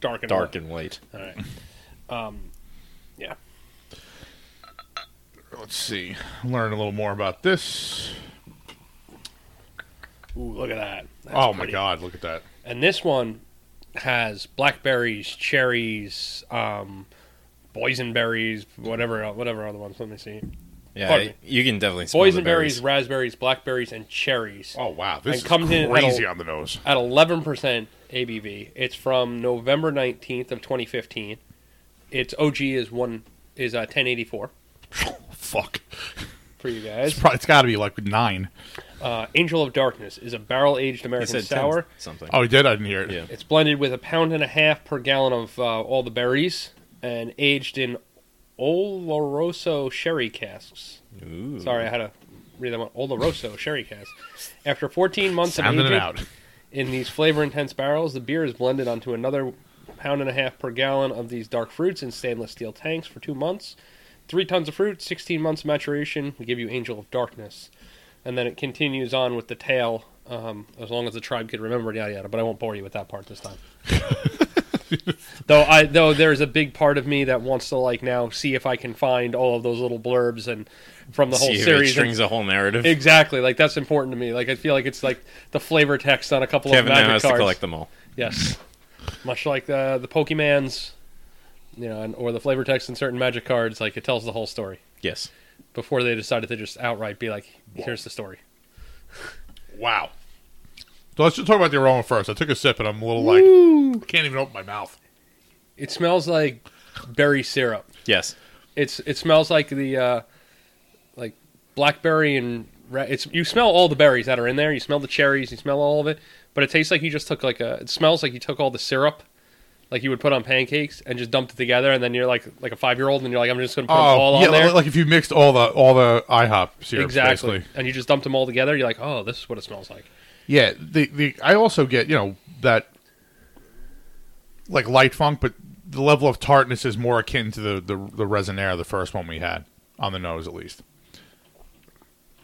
S2: Dark and
S3: dark and white.
S2: All right. Um, yeah.
S4: let's see, learn a little more about this.
S2: Ooh, look at that. That's
S4: oh my
S2: pretty.
S4: God, look at that.
S2: And this one has blackberries, cherries, um, boysenberries, whatever, el- whatever other ones. Let me see.
S3: Yeah,
S2: Pardon me.
S3: you can definitely smell the
S2: Boysenberries,
S3: berries.
S2: raspberries, blackberries, and cherries.
S4: Oh wow, this
S2: And
S4: is
S2: comes in at
S4: crazy
S2: a-
S4: on the nose.
S2: at 11% ABV. It's from November 19th of 2015. Its OG is one is uh, 1084
S4: Fuck,
S2: for you
S4: it's
S2: guys.
S4: probably it's got to be like nine.
S2: Uh, Angel of Darkness is a barrel-aged
S3: He
S2: American
S3: said
S2: sour.
S3: sour something.
S4: Oh, he did. I didn't hear it.
S3: Yeah.
S2: It's blended with a pound and a half per gallon of uh, all the berries and aged in Oloroso sherry casks.
S3: Ooh.
S2: Sorry, I had to read that one. Oloroso sherry casks. After 14 months
S4: Sounded
S2: of
S4: it
S2: aging,
S4: out.
S2: In these flavor intense barrels, the beer is blended onto another pound and a half per gallon of these dark fruits in stainless steel tanks for two months. three tons of fruit, 16 months of maturation. We give you Angel of Darkness. And then it continues on with the tale, um, as long as the tribe could remember, yada yada. But I won't bore you with that part this time. though I though there's a big part of me that wants to like now see if I can find all of those little blurbs and from the whole
S3: See if it
S2: series. and-
S3: strings a whole narrative.
S2: exactly, like that's important to me. Like I feel like it's like the flavor text on a couple
S3: Kevin
S2: of
S3: now
S2: magic
S3: has to
S2: cards.
S3: collect them all.
S2: Yes. Much like the the Pokemans, you know, and, or the flavor text in certain magic cards, like it tells the whole story
S3: Yes.
S2: before they decided to just outright be like, "Here's the story."
S4: Wow. So let's just talk about the aroma first. I took a sip and I'm a little like can't even open my mouth.
S2: It smells like berry syrup.
S3: Yes.
S2: It's it smells like the uh, like blackberry and ra- it's you smell all the berries that are in there. You smell the cherries. You smell all of it, but it tastes like you just took like a. It smells like you took all the syrup. Like you would put on pancakes and just dumped it together, and then you're like like a five year old, and you're like, I'm just gonna put them all
S4: Oh, yeah,
S2: on there.
S4: like if you mixed all the all the IHOP syrups,
S2: exactly.
S4: basically.
S2: And you just dumped them all together. You're like, oh, this is what it smells like.
S4: Yeah, the the I also get you know that like light funk, but the level of tartness is more akin to the the, the resinaire, the first one we had on the nose, at least.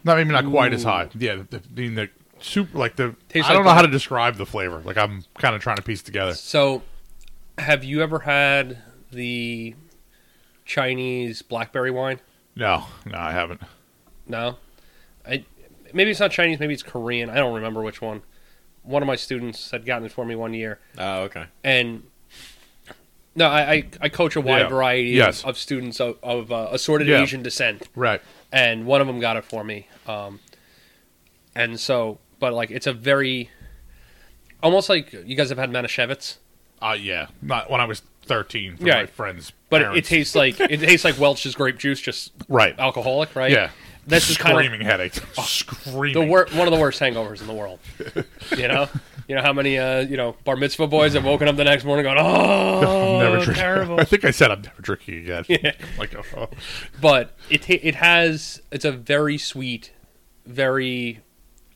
S4: Not maybe not quite as high. Yeah, the, the, I mean the soup like the
S2: Tastes
S4: I don't
S2: like
S4: know
S2: the-
S4: how to describe the flavor. Like I'm kind of trying to piece it together.
S2: So, have you ever had the Chinese blackberry wine?
S4: No, no, I haven't.
S2: No, I maybe it's not Chinese, maybe it's Korean. I don't remember which one. One of my students had gotten it for me one year,
S3: Oh, okay.
S2: and no, I I, I coach a wide
S4: Yeah.
S2: variety
S4: Yes.
S2: of, of students of, of uh, assorted
S4: Yeah.
S2: Asian descent.
S4: Right.
S2: and one of them got it for me. Um, and so, but like, it's a very almost like you guys have had Manischewitz,
S4: Uh yeah. Not when I was 13 from
S2: Yeah.
S4: my friends.
S2: but it, it
S4: parents.
S2: tastes like it tastes like Welch's grape juice, just
S4: right.
S2: alcoholic, right?
S4: Yeah.
S2: this is kind of
S4: screaming headache.
S2: the
S4: screaming.
S2: wor- one of the worst hangovers in the world. You know, you know how many uh, you know bar mitzvah boys have woken up the next morning going, oh,
S4: never drink-
S2: terrible.
S4: I think I said I'm never drinking again. like, oh, oh.
S2: but it ta- it has it's a very sweet, very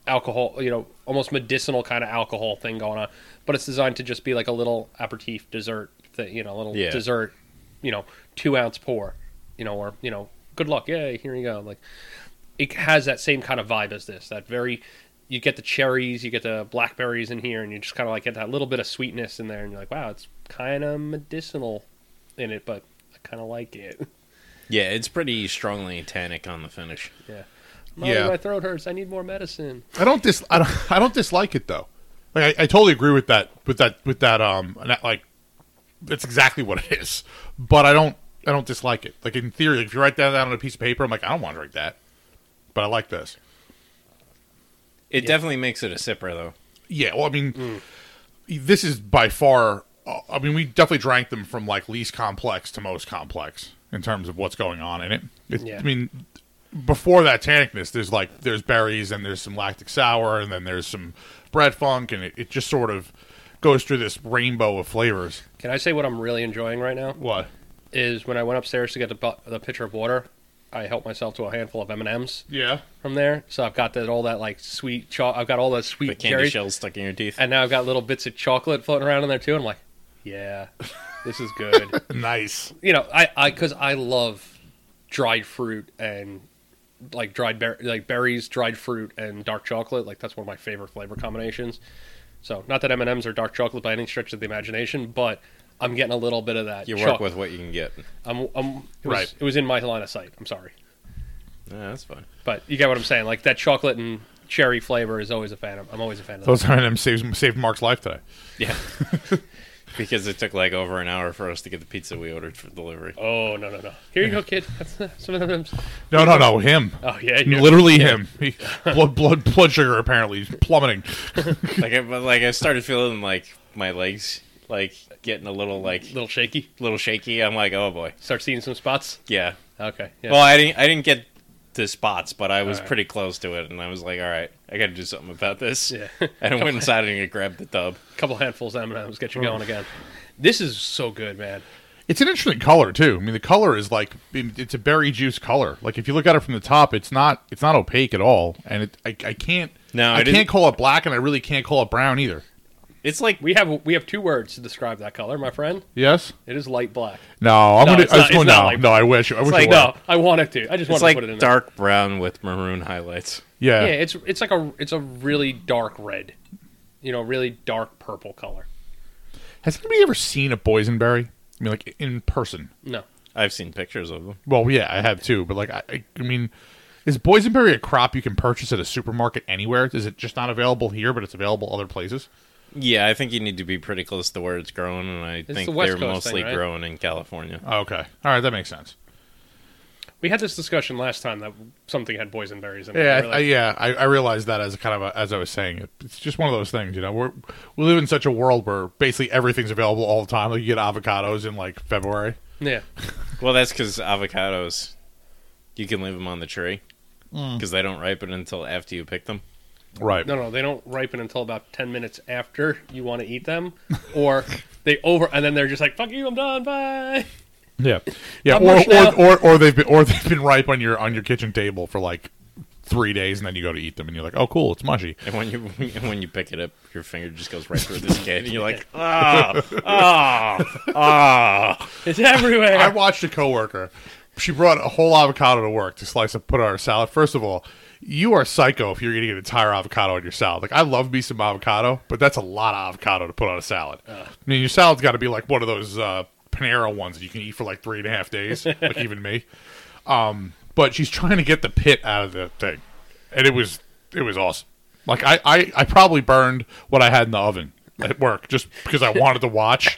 S2: alcohol, you know, almost medicinal kind of alcohol thing going on. But it's designed to just be like a little aperitif dessert, thing, you know, a little
S3: Yeah.
S2: dessert, you know, two ounce pour, you know, or you know, good luck, yay, here you go. Like it has that same kind of vibe as this, that very. You get the cherries, you get the blackberries in here, and you just kind of like get that little bit of sweetness in there, and you're like, wow, it's kind of medicinal in it, but I kind of like it.
S3: Yeah, it's pretty strongly tannic on the finish.
S2: Yeah.
S4: Mommy, Yeah. my
S2: throat hurts. I need more medicine.
S4: I don't dis. I don't, I don't dislike it though. Like I, I totally agree with that. With that. With that. Um. and that, Like that's exactly what it is. But I don't. I don't dislike it. Like in theory, if you write that down on a piece of paper, I'm like, I don't want to drink that. But I like this.
S3: It definitely makes it a sipper, though.
S4: Yeah, well, I mean,
S2: Mm.
S4: this is by far. uh, I mean, we definitely drank them from like least complex to most complex in terms of what's going on in it. It-
S2: Yeah.
S4: I mean, before that tannicness, there's like there's berries and there's some lactic sour and then there's some bread funk and it, it just sort of goes through this rainbow of flavors.
S2: Can I say what I'm really enjoying right now
S4: What?
S2: is when I went upstairs to get the, bu- the pitcher of water. I helped myself to a handful of M and M's
S4: Yeah.
S2: from there, so I've got that all that like sweet. Cho- I've got all those
S3: The
S2: sweet
S3: candy
S2: cherries,
S3: shells stuck in your teeth.
S2: and now I've got little bits of chocolate floating around in there too. And I'm like, yeah, this is good.
S4: Nice.
S2: you know, I I because I love dried fruit and like dried ber- like berries, dried fruit, and dark chocolate. Like that's one of my favorite flavor combinations. So not that M and M's are dark chocolate by any stretch of the imagination, but I'm getting a little bit of that.
S3: You work
S2: chocolate.
S3: with what you can get.
S2: I'm, I'm, it was,
S4: Right.
S2: It was in my line of sight. I'm sorry,
S3: Yeah, that's fine.
S2: but you get what I'm saying. Like that chocolate and cherry flavor is always a fan. of I'm always a fan of those.
S4: Those M&M saved, saved Mark's life today.
S3: Yeah. because it took like over an hour for us to get the pizza we ordered for delivery.
S2: Oh no no no! Here you go, kid. That's some M&Ms.
S4: No, no, no, him.
S2: Oh yeah, yeah.
S4: Literally him. He, blood, blood, blood sugar apparently is plummeting.
S3: like, I, but, like I started feeling like my legs like getting a little like
S2: little shaky.
S3: little shaky. I'm like, oh boy,
S2: Start seeing some spots.
S3: yeah.
S2: Okay. Yeah.
S3: Well, I didn't I didn't get the spots, but I was
S2: Alright.
S3: pretty close to it, and I was like, all right, I got to do something about this.
S2: Yeah.
S3: and I went inside and grabbed the tub.
S2: couple handfuls of M&Ms get you
S4: Oh.
S2: going again. This is so good, man.
S4: It's an interesting color too. I mean, the color is like it's a berry juice color. Like if you look at it from the top, it's not it's not opaque at all, and it I, I can't
S3: No,
S4: I
S3: it
S4: can't
S3: isn't-
S4: call it black, and I really can't call it brown either.
S3: It's like
S2: We have we have two words to describe that color, my friend.
S4: Yes.
S2: It is light black.
S4: No, I'm
S2: No,
S4: gonna.
S2: it's
S4: I just
S2: not-
S4: want
S2: it's not
S4: no,
S2: like-
S4: no. I wish. I wish.
S2: Like
S4: it were.
S2: no, I wanted to. I just
S3: it's
S2: wanted
S3: like
S2: to put it in
S3: dark brown with maroon highlights.
S4: Yeah.
S2: there. Yeah, it's it's like a it's a really dark red, you know, really dark purple color.
S4: Has anybody ever seen a boysenberry? I mean, like in person.
S2: No,
S3: I've seen pictures of them.
S4: Well, yeah, I have too. But like, I- I, I mean, is boysenberry a crop you can purchase at a supermarket anywhere? Is it just not available here, but it's available other places?
S3: Yeah, I think you need to be pretty close to where it's grown, and I think
S2: the West
S3: they're
S2: Coast thing,
S3: mostly
S2: right?
S3: grown in California.
S4: Oh, Okay. All right, that makes sense.
S2: we had this discussion last time that something had boysenberries in it.
S4: Yeah,
S2: We're
S4: I,
S2: like,
S4: I, yeah. I, I realized that as a kind of a, as I was saying it. It's just one of those things, you know. We're, we live in such a world where basically everything's available all the time. Like you get avocados in like February.
S2: yeah.
S3: Well, that's because avocados, you can leave them on the tree
S4: Mm.
S3: because they don't ripen until after you pick them.
S4: Right.
S2: No, no, they don't ripen until about ten minutes after you want to eat them, or they over, and then they're just like, "Fuck you, I'm done, bye."
S4: Yeah, yeah,
S2: Not
S4: or
S2: much now.
S4: or, or or they've been or they've been ripe on your on your kitchen table for like three days, and then you go to eat them, and you're like, oh, cool, it's mushy.
S3: And when you and when you pick it up, your finger just goes right through this kid, and you're like, ah, ah, ah.
S2: It's everywhere.
S4: I watched a coworker. She brought a whole avocado to work to slice up, put on her salad. First of all, you are psycho if you're eating an entire avocado on your salad. Like I love me some avocado, but that's a lot of avocado to put on a salad. I mean, your salad's got to be like one of those uh, Panera ones that you can eat for like three and a half days, like even me. Um, but she's trying to get the pit out of the thing, and it was it was awesome. Like I, I, I probably burned what I had in the oven at work just because I wanted to watch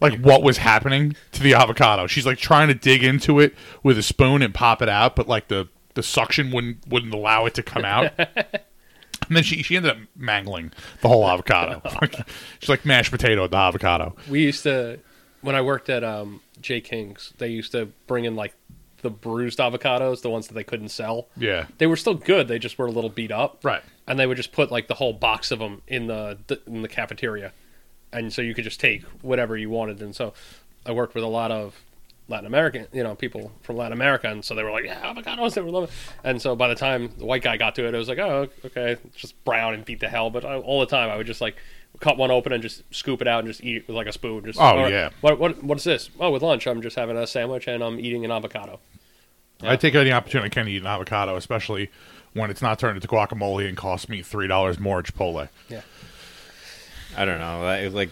S4: like what was happening to the avocado. She's like trying to dig into it with a spoon and pop it out, but like the, the suction wouldn't wouldn't allow it to come out. and then she, she ended up mangling the whole avocado. she's like mashed potato the avocado.
S2: we used to when I worked at um, J King's, they used to bring in like the bruised avocados, the ones that they couldn't sell.
S4: Yeah.
S2: they were still good. They just were a little beat up,
S4: Right.
S2: And they would just put like the whole box of them in the in the cafeteria, and so you could just take whatever you wanted. And so I worked with a lot of Latin American, you know, people from Latin America, and so they were like, "Yeah, avocados." They were loving. And so by the time the white guy got to it, it was like, "Oh, okay, it's just brown and beat the hell." But I, all the time, I would just like cut one open and just scoop it out and just eat it with like a spoon. Just
S4: Oh,
S2: "All right,
S4: yeah.
S2: What what what is this? Oh, with lunch, I'm just having a sandwich and I'm eating an avocado.
S4: I take any opportunity I can to eat an avocado, especially when it's not turned into guacamole and costs me three dollars more at Chipotle.
S2: Yeah.
S3: I don't know. I, like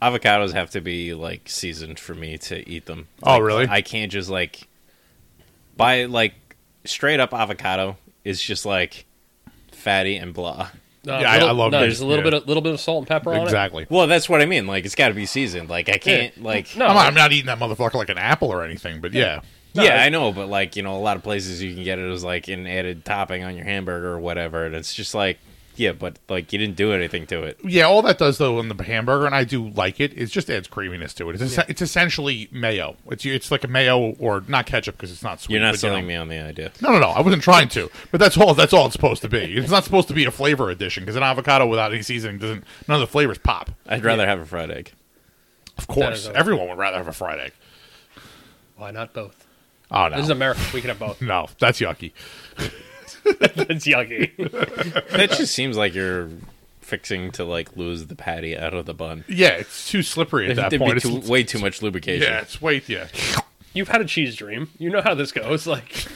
S3: avocados have to be like seasoned for me to eat them.
S4: Oh,
S3: Like,
S4: really?
S3: I can't just like buy like straight up avocado is just like fatty and blah.
S2: Uh,
S4: Yeah, I-
S2: little-
S4: I love
S2: no,
S4: it.
S2: There's a little
S4: Yeah.
S2: bit, a little bit of salt and pepper on it.
S4: Exactly.
S3: Well, that's what I mean. Like it's got to be seasoned. Like I can't
S2: Yeah.
S3: like
S2: No,
S4: I'm not, I'm not eating that motherfucker like an apple or anything, but yeah.
S2: No,
S3: yeah,
S2: it's-
S3: I know, but like you know, a lot of places you can get it as like an added topping on your hamburger or whatever, and it's just like, yeah, but like you didn't do anything to it.
S4: Yeah, all that does though in the hamburger, and I do like it. It just adds creaminess to it. It's, es- it's essentially mayo. It's it's like a mayo or not ketchup because it's not sweet.
S3: You're not
S4: but,
S3: selling
S4: know.
S3: me on the idea.
S4: No, no, no. I wasn't trying to, but that's all. That's all it's supposed to be. It's not supposed to be a flavor addition because an avocado without any seasoning doesn't none of the flavors pop.
S3: I'd rather have a fried egg.
S4: Of
S2: is
S4: course,
S2: okay.
S4: everyone would rather have a fried egg.
S2: Why not both?
S4: Oh
S2: This is
S4: no,
S2: America. We can have both.
S4: no, that's yucky.
S2: That's yucky.
S3: That just seems like you're fixing to like lose the patty out of the bun.
S4: Yeah, it's too slippery at
S3: There'd be
S4: that point.
S3: too-
S4: It's-
S3: way too much lubrication.
S4: yeah,
S3: Yeah,
S4: it's way yeah.
S2: You've had a cheese dream. You know how this goes. Like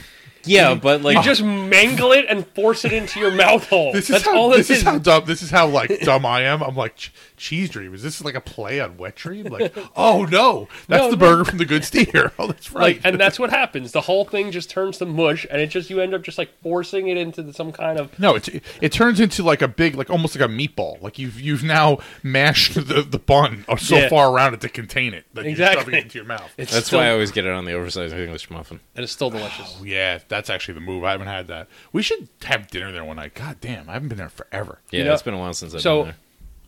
S3: but like
S2: you just mangle it and force it into your mouth hole.
S4: This is
S2: That's
S4: how
S2: all
S4: this
S2: this,
S4: is how dumb this is how like dumb I am. I'm like "Ch- cheese dream. Is this like a play on wet dream? Like oh no, that's
S2: No, no.
S4: the burger from the good steer. Oh, that's right.
S2: Like, and that's what happens. The whole thing just turns to mush, and it just you end up just like forcing it into the- some kind of
S4: no, it it turns into like a big like almost like a meatball. Like you've you've now mashed the, the bun so
S2: Yeah.
S4: far around it to contain it that
S2: Exactly.
S4: you're shoving it into your mouth.
S2: It's
S3: that's
S2: still,
S3: why I always get it on the oversized English muffin.
S2: and it's still delicious.
S4: yeah, that's actually the move. I haven't had that. We should have dinner there one night. God damn, I haven't been there forever.
S3: Yeah,
S2: You know-
S3: it's been a while since I've
S2: So
S3: been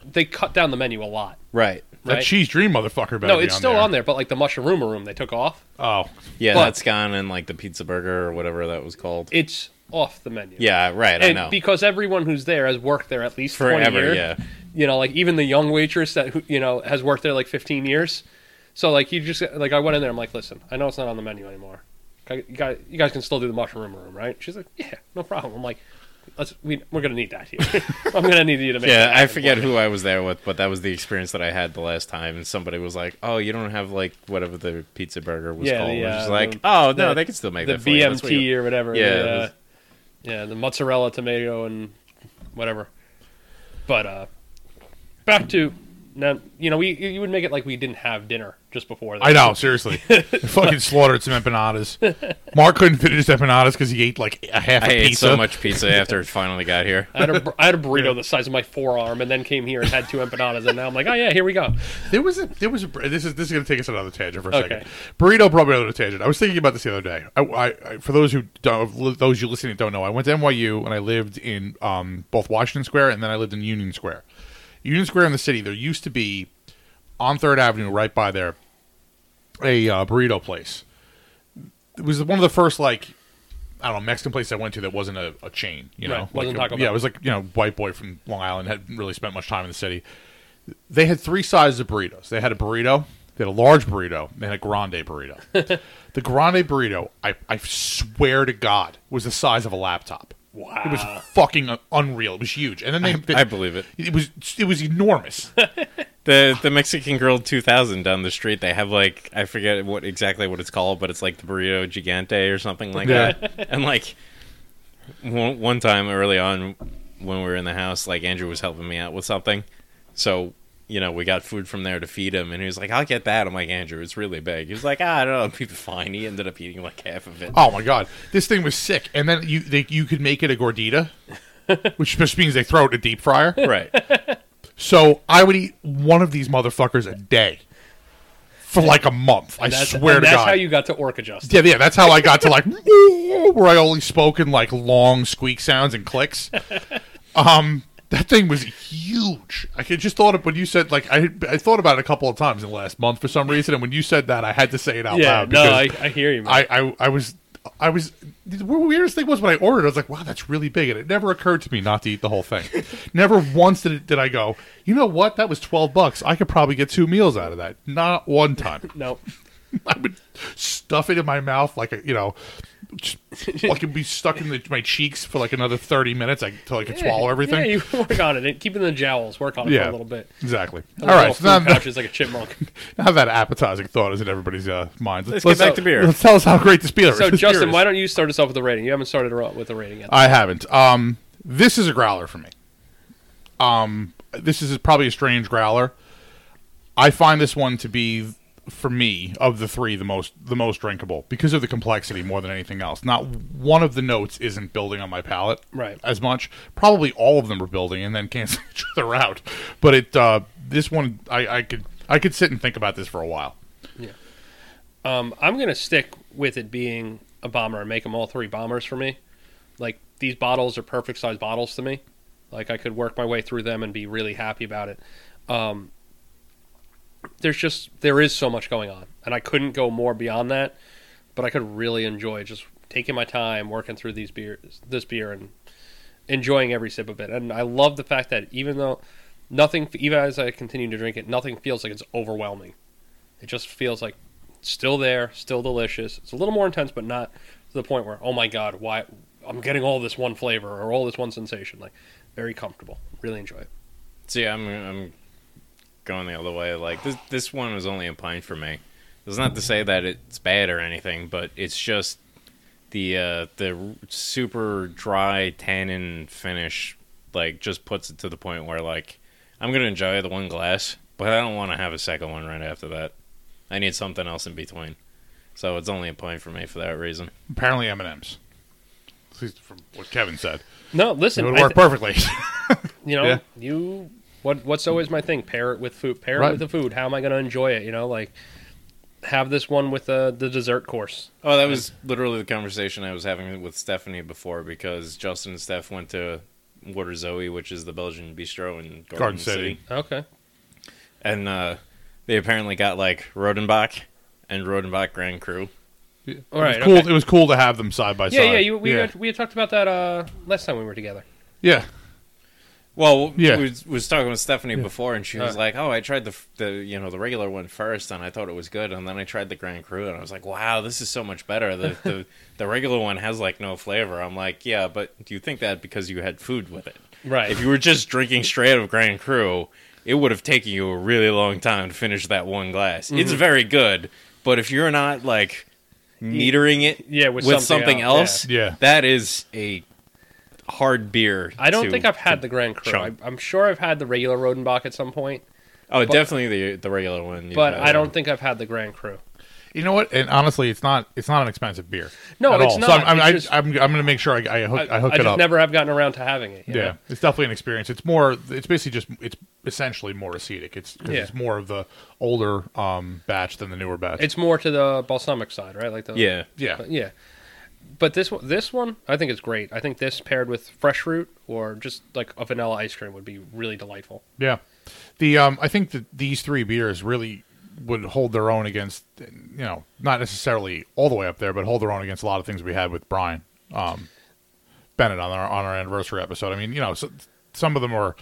S3: there.
S2: they cut down the menu a lot.
S3: Right.
S4: That
S2: Right.
S4: cheese dream motherfucker. Better
S2: No,
S4: be
S2: it's still on there, but like the mushroom room they took off.
S4: Oh,
S3: Yeah,
S2: But-
S3: that's gone, and like the pizza burger or whatever that was called.
S2: It's off the menu.
S3: yeah, right. I
S2: and
S3: know.
S2: because everyone who's there has worked there at least Twenty
S3: Forever,
S2: years.
S3: yeah.
S2: You know, like even the young waitress that who- you know has worked there like fifteen years. So like you just like I went in there. I'm like, listen, I know it's not on the menu anymore. Can I- You guys, you guys can still do the mushroom room, right? She's like, yeah, no problem. I'm like, let's we, we're gonna need that here. I'm gonna need you to make.
S3: Yeah,
S2: that
S3: I
S2: happen.
S3: forget who I was there with, but that was the experience that I had the last time. And somebody was like, "Oh, you don't have like whatever the pizza burger was
S2: Yeah,
S3: called."
S2: the,
S3: I was just
S2: uh,
S3: like,
S2: the-
S3: "Oh no,
S2: the-
S3: they can still make
S2: the
S3: that for you. That's
S2: BMT
S3: what you."
S2: or whatever.
S3: Yeah,
S2: the,
S3: it
S2: uh,
S3: was-
S2: yeah, the mozzarella, tomato, and whatever. But uh, back to now, you know, we you you would make it like we didn't have dinner just before. That.
S4: I know, seriously. They fucking slaughtered some empanadas. Mark couldn't finish his empanadas because he ate like a half a
S3: I
S4: pizza.
S3: ate so much pizza after it finally got here.
S2: I had, a, bur- I had a burrito the size of my forearm, and then came here and had two empanadas, and now I'm like, oh yeah, here we go.
S4: There was a there was a bur- this is this is going to take us another tangent for a
S2: Okay.
S4: second. Burrito brought me another tangent. I was thinking about this the other day. I, I, I for those who don't those you listening don't know, I went to NYU and I lived in um, both Washington Square and then I lived in Union Square. Union Square in the city, there used to be on Third Avenue, right by there, a uh, burrito place. It was one of the first like I don't know Mexican place I went to that wasn't a, a chain. You know,
S2: Right, wasn't
S4: like,
S2: Taco Bell.
S4: yeah, it was like you know white boy from Long Island hadn't really spent much time in the city they had three sizes of burritos. They had a burrito, they had a large burrito, and a grande burrito. the grande burrito, I, I swear to God, was the size of a laptop.
S2: Wow.
S4: It was fucking unreal. It was huge. And then they,
S3: I believe it.
S4: it was it was enormous.
S3: The the Mexican Grill 2000 down the street, they have like I forget what exactly what it's called, but it's like the burrito gigante or something like
S4: Yeah.
S3: that. And like one, one time early on when we were in the house, like Andrew was helping me out with something, so you know we got food from there to feed him, and he was like, "I'll get that." I'm like, "Andrew, it's really big." He was like, "Ah, I don't know, it'll be fine." He ended up eating like half of it.
S4: oh my god, this thing was sick. And then you they, you could make it a gordita, which just means they throw it in a deep fryer.
S3: Right.
S4: So I would eat one of these motherfuckers a day for like a month. I
S2: That's,
S4: swear
S2: and
S4: to
S2: that's
S4: God.
S2: how you got to Orca Justin.
S4: Yeah, yeah, that's how I got to like where I only spoke in like long squeak sounds and clicks. Um, that thing was huge. I could just thought of when you said like I I thought about it a couple of times in the last month for some reason, and when you said that, I had to say it out
S2: Yeah,
S4: loud.
S2: no, I,
S4: because
S2: I hear you. Man.
S4: I, I I was. I was the weirdest thing was when I ordered, I was like, "Wow, that's really big," and it never occurred to me not to eat the whole thing. never once did it, did I go, "You know what? That was twelve bucks. I could probably get two meals out of that." Not one time.
S2: no,
S4: I would stuff it in my mouth like a, you know, just fucking be stuck in the, my cheeks for like another thirty minutes like, till I could swallow everything.
S2: Yeah, you work on it. Keep it in the jowls. Work on it for a
S4: Yeah.
S2: little bit.
S4: exactly.
S2: A
S4: All right,
S2: little
S4: so now,
S2: food pouch is like a chipmunk.
S4: now that appetizing thought is in everybody's uh, minds.
S3: Let's get back to beer.
S4: Let's tell us how great this beer is.
S2: So
S4: This beer
S2: Justin,
S4: is-
S2: why don't you start us off with the rating? You haven't started her off with the rating yet.
S4: I haven't. Um, this is a growler for me. Um, this is probably a strange growler. I find this one to be, for me, of the three, the most the most drinkable because of the complexity more than anything else. Not one of the notes isn't building on my palate
S2: Right.
S4: as much. Probably all of them are building and then cancel each other out. But it uh, this one, I, I could I could sit and think about this for a while.
S2: Um, I'm gonna stick with it being a bomber and make them all three bombers for me. Like these bottles are perfect size bottles to me. Like I could work my way through them and be really happy about it. Um, there's just there is so much going on, and I couldn't go more beyond that. But I could really enjoy just taking my time working through these beers, this beer, and enjoying every sip of it. And I love the fact that even though nothing, even as I continue to drink it, nothing feels like it's overwhelming. It just feels like still there, still delicious. It's a little more intense, but not to the point where, oh my god, why I'm getting all this one flavor or all this one sensation. Like very comfortable. Really enjoy it.
S3: See, I'm I'm going the other way. Like this this one was only a pint for me. It's not to say that it's bad or anything, but it's just the uh, the r- super dry tannin finish like just puts it to the point where like I'm gonna enjoy the one glass, but I don't want to have a second one right after that. I need something else in between. So it's only a pint for me for that reason.
S4: Apparently, M and M's. At least from what Kevin said,
S2: No,
S4: it
S2: listen,
S4: would
S2: I
S4: work
S2: th-
S4: perfectly.
S2: you know,
S4: Yeah.
S2: you what what's always my thing? Pair it with food. Pair
S4: Right.
S2: it with the food. How am I going to enjoy it? You know, like have this one with the the dessert course.
S3: Oh, that was literally the conversation I was having with Stephanie before because Justin and Steph went to Water Zoe, which is the Belgian bistro in Garden,
S4: Garden
S3: City.
S4: City.
S2: Okay.
S3: And uh, they apparently got like Rodenbach and Rodenbach Grand Cru.
S2: All
S4: it
S2: right.
S4: was cool.
S2: okay.
S4: It was cool to have them side by
S2: Yeah,
S4: side.
S2: yeah, you, we
S4: yeah.
S2: Had, we had talked about that uh, last time we were together.
S4: yeah.
S3: Well,
S4: Yeah.
S3: we was, was talking with Stephanie before, and she was
S2: Uh.
S3: like, "Oh, I tried the f- the you know the regular one first, and I thought it was good, and then I tried the Grand Cru, and I was like, wow, this is so much better. The the, the regular one has like no flavor. I'm like, yeah, but do you think that because you had food with it?
S2: Right.
S3: If you were just drinking straight out of Grand Cru, it would have taken you a really long time to finish that one glass. It's
S2: Mm-hmm.
S3: very good, but if you're not like metering it,
S2: Yeah, with something
S3: something,
S2: else,
S3: else,
S4: yeah. Yeah.
S3: that is a hard beer.
S2: I don't
S3: to-
S2: think I've had the Grand Cru. I,
S3: chunk.
S2: I'm sure I've had the regular Rodenbach at some point,
S3: Oh, definitely the the regular one. you
S2: but
S3: know.
S2: I don't think I've had the Grand Cru.
S4: You know what? And honestly, it's not it's not an expensive beer.
S2: No,
S4: at
S2: it's
S4: all. So
S2: not.
S4: I'm, I'm,
S2: It's
S4: I,
S2: just-
S4: I'm, I'm going to make sure I, I hook, I, hook
S2: just
S4: it up.
S2: never have gotten around to having it. you
S4: yeah.
S2: know?
S4: it's definitely an experience. It's more. It's basically just. It's essentially more acetic. It's 'cause
S2: Yeah.
S4: it's more of the older um, batch than the newer batch.
S2: It's more to the balsamic side, right? Like the
S3: Yeah,
S4: yeah,
S2: But yeah. But this one, this one, I think it's great. I think this paired with fresh fruit or just like a vanilla ice cream would be really delightful.
S4: yeah. The um, I think that these three beers really would hold their own against you know not necessarily all the way up there, but hold their own against a lot of things we had with Brian um, Bennett on our on our anniversary episode. I mean, you know, so, some of them are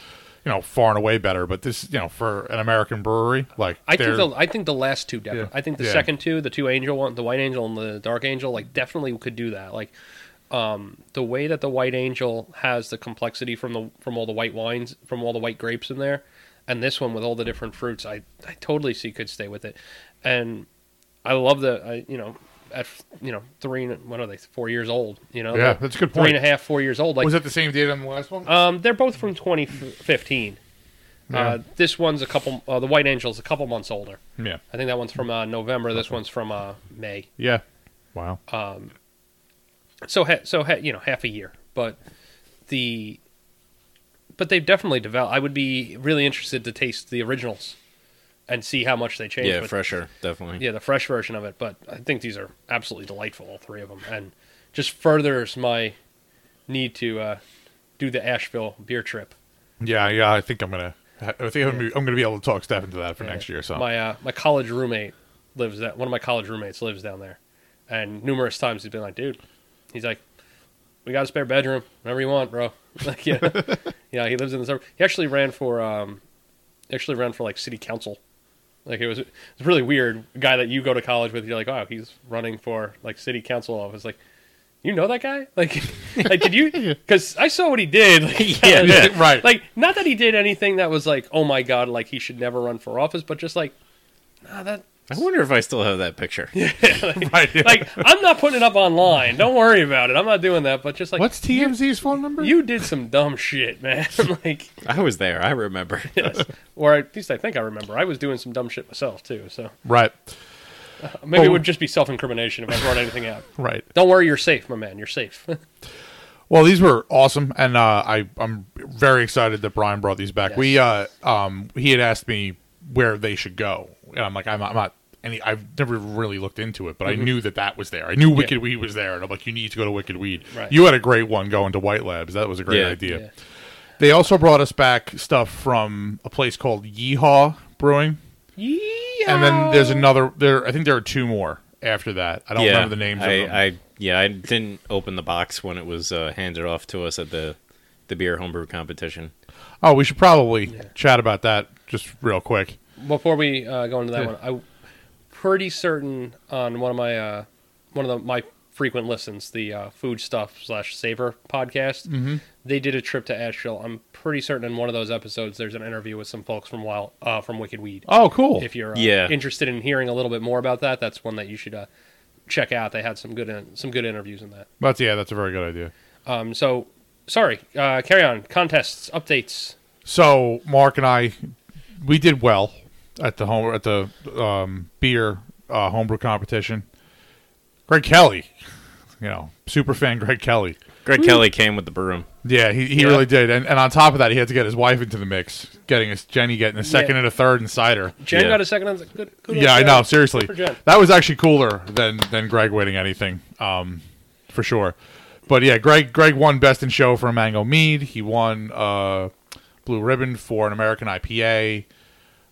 S4: you know far and away better, but this you know for an American brewery like
S2: I think
S4: they're-
S2: the I think the last two definitely.
S4: Yeah.
S2: I think the
S4: Yeah.
S2: second two, the two angel one, the white angel and the dark angel, like definitely could do that. Like um, the way that the white angel has the complexity from the from all the white wines, from all the white grapes in there, and this one with all the different fruits, I I totally see could stay with it. And I love the I you know at you know three and- what are they four years old you know
S4: Yeah,
S2: They're
S4: that's a good
S2: three and
S4: point.
S2: a half four years old like
S4: was that the same date on the last one?
S2: um, they're both from 2015.
S4: Yeah.
S2: Uh, this one's a couple. Uh, the White Angel's a couple months older.
S4: yeah,
S2: I think that one's from uh, November. This one's from uh, May.
S4: yeah. Wow.
S2: uh, So ha- so ha- you know half a year, but the but they've definitely developed. I would be really interested to taste the originals and see how much they changed.
S3: yeah,
S2: with-
S3: fresher, definitely.
S2: yeah, the fresh version of it. But I think these are absolutely delightful, all three of them, and just furthers my need to uh, do the Asheville beer trip.
S4: Yeah, yeah. I think I'm gonna. I think I'm, gonna be- I'm gonna be able to talk Steph into that for next
S2: Yeah.
S4: year. So
S2: my uh, my college roommate lives that one of my college roommates lives down there, and numerous times he's been like, "Dude," he's like, "We got a spare bedroom, whatever you want, bro." Like, yeah, yeah. He lives in the suburb. He actually ran for um, actually ran for like city council. Like it was, it's really weird. Guy that you go to college with, you're like, "Oh, he's running for like city council office." Like. You know that guy? Like, like did you? Because I saw what he did. Like,
S3: Yeah,
S4: yeah, right.
S2: Like, not that he did anything that was like, oh my god, like he should never run for office, but just like, ah, that
S3: I wonder if I still have that picture.
S4: right. yeah.
S2: like I'm not putting it up online. Don't worry about it. I'm not doing that. But just like
S4: what's TMZ's phone number?
S2: you did some dumb shit, man. like,
S3: I was there. I remember.
S2: or at least I think I remember. I was doing some dumb shit myself too. So
S4: right,
S2: maybe it
S4: Oh.
S2: would just be self-incrimination if I brought anything out.
S4: right.
S2: Don't worry, you're safe, my man. You're safe.
S4: Well, these were awesome, and uh, I I'm very excited that Brian brought these back. We uh um he had asked me where they should go, and I'm like I'm not. I'm not any, I've never really looked into it, but
S3: Mm-hmm.
S4: I knew that that was there. I knew Wicked Weed was there, and I'm like, you need to go to Wicked Weed.
S2: Right.
S4: You had a great one going to White Labs. That was a great
S3: Yeah.
S4: idea.
S2: Yeah.
S4: They also brought us back stuff from a place called Yeehaw Brewing. and then there's another there i think there are two more after that i don't
S3: yeah,
S4: remember the names
S3: I,
S4: of them
S3: I yeah, I didn't open the box when it was uh, handed off to us at the the beer homebrew competition.
S4: oh we should probably chat about that just real quick
S2: Before we uh, go into that
S4: Yeah.
S2: one, I'm pretty certain on one of my uh, one of the, my frequent listens, the uh, food stuff slash savor podcast.
S4: Mm-hmm.
S2: They did a trip to Asheville. I'm pretty certain in one of those episodes, there's an interview with some folks from Wild uh, from Wicked Weed.
S4: oh cool
S2: If you're uh,
S3: Yeah.
S2: interested in hearing a little bit more about that, that's one that you should uh, check out. They had some good in, some good interviews in that.
S4: that's yeah that's a very good idea
S2: Um, so sorry, uh, carry on contests updates.
S4: so mark and i we did well at the home at the um, beer uh, homebrew competition greg kelly you know super fan greg kelly
S3: Greg Kelly came with the broom.
S4: yeah, he, he
S2: Yeah.
S4: really did, and and on top of that, he had to get his wife into the mix, getting his Jenny getting a second
S2: Yeah.
S4: and a third and cider.
S2: Jen
S3: Yeah.
S2: got a second. on the- Good, good
S4: yeah, I
S2: Jen.
S4: know. Seriously,
S2: for Jen.
S4: that was actually cooler than than Greg winning anything, um, for sure. But yeah, Greg Greg won best in show for a Mango Mead. He won uh, blue ribbon for an American IPA.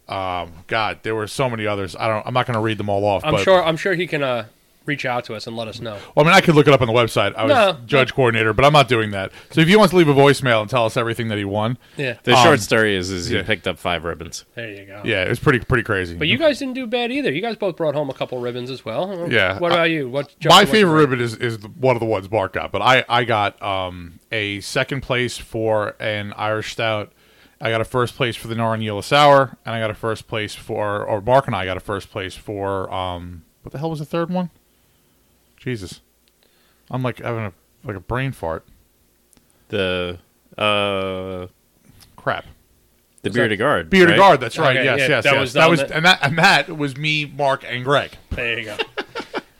S4: Um, God, there were so many others. I don't. I'm not going to read them all off.
S2: I'm
S4: but
S2: sure. I'm sure he can uh, reach out to us and let us know.
S4: Well, I mean, I could look it up on the website. I was
S2: No.
S4: judge coordinator, but I'm not doing that. So if he wants to leave a voicemail and tell us everything that he won,
S2: Yeah, Ah,
S3: The
S4: Um,
S3: short story is, is he
S4: yeah.
S3: picked up five ribbons.
S2: there you go.
S4: yeah, it was pretty pretty crazy.
S2: But you guys didn't do bad either. You guys both brought home a couple ribbons as well.
S4: Yeah.
S2: What about you? What Justin,
S4: my
S2: what's your
S4: favorite ribbon is, is the- one of the ones Bart got, but I, I got um, a second place for an Irish Stout. I got a first place for the Naranjula Sour, and I got a first place for, or Mark and I got a first place for, um, what the hell was the third one? Jesus. I'm like having a, like a brain fart.
S3: The uh,
S4: Crap.
S3: the
S2: that-
S3: bearded guard.
S4: Bearded
S3: right?
S4: Guard, that's right.
S2: Okay,
S4: yes,
S2: yeah,
S4: yes,
S2: that
S4: yes.
S2: was
S4: that
S2: on
S4: was,
S2: the-
S4: and that, and that was me, Mark, and Greg.
S2: There you go.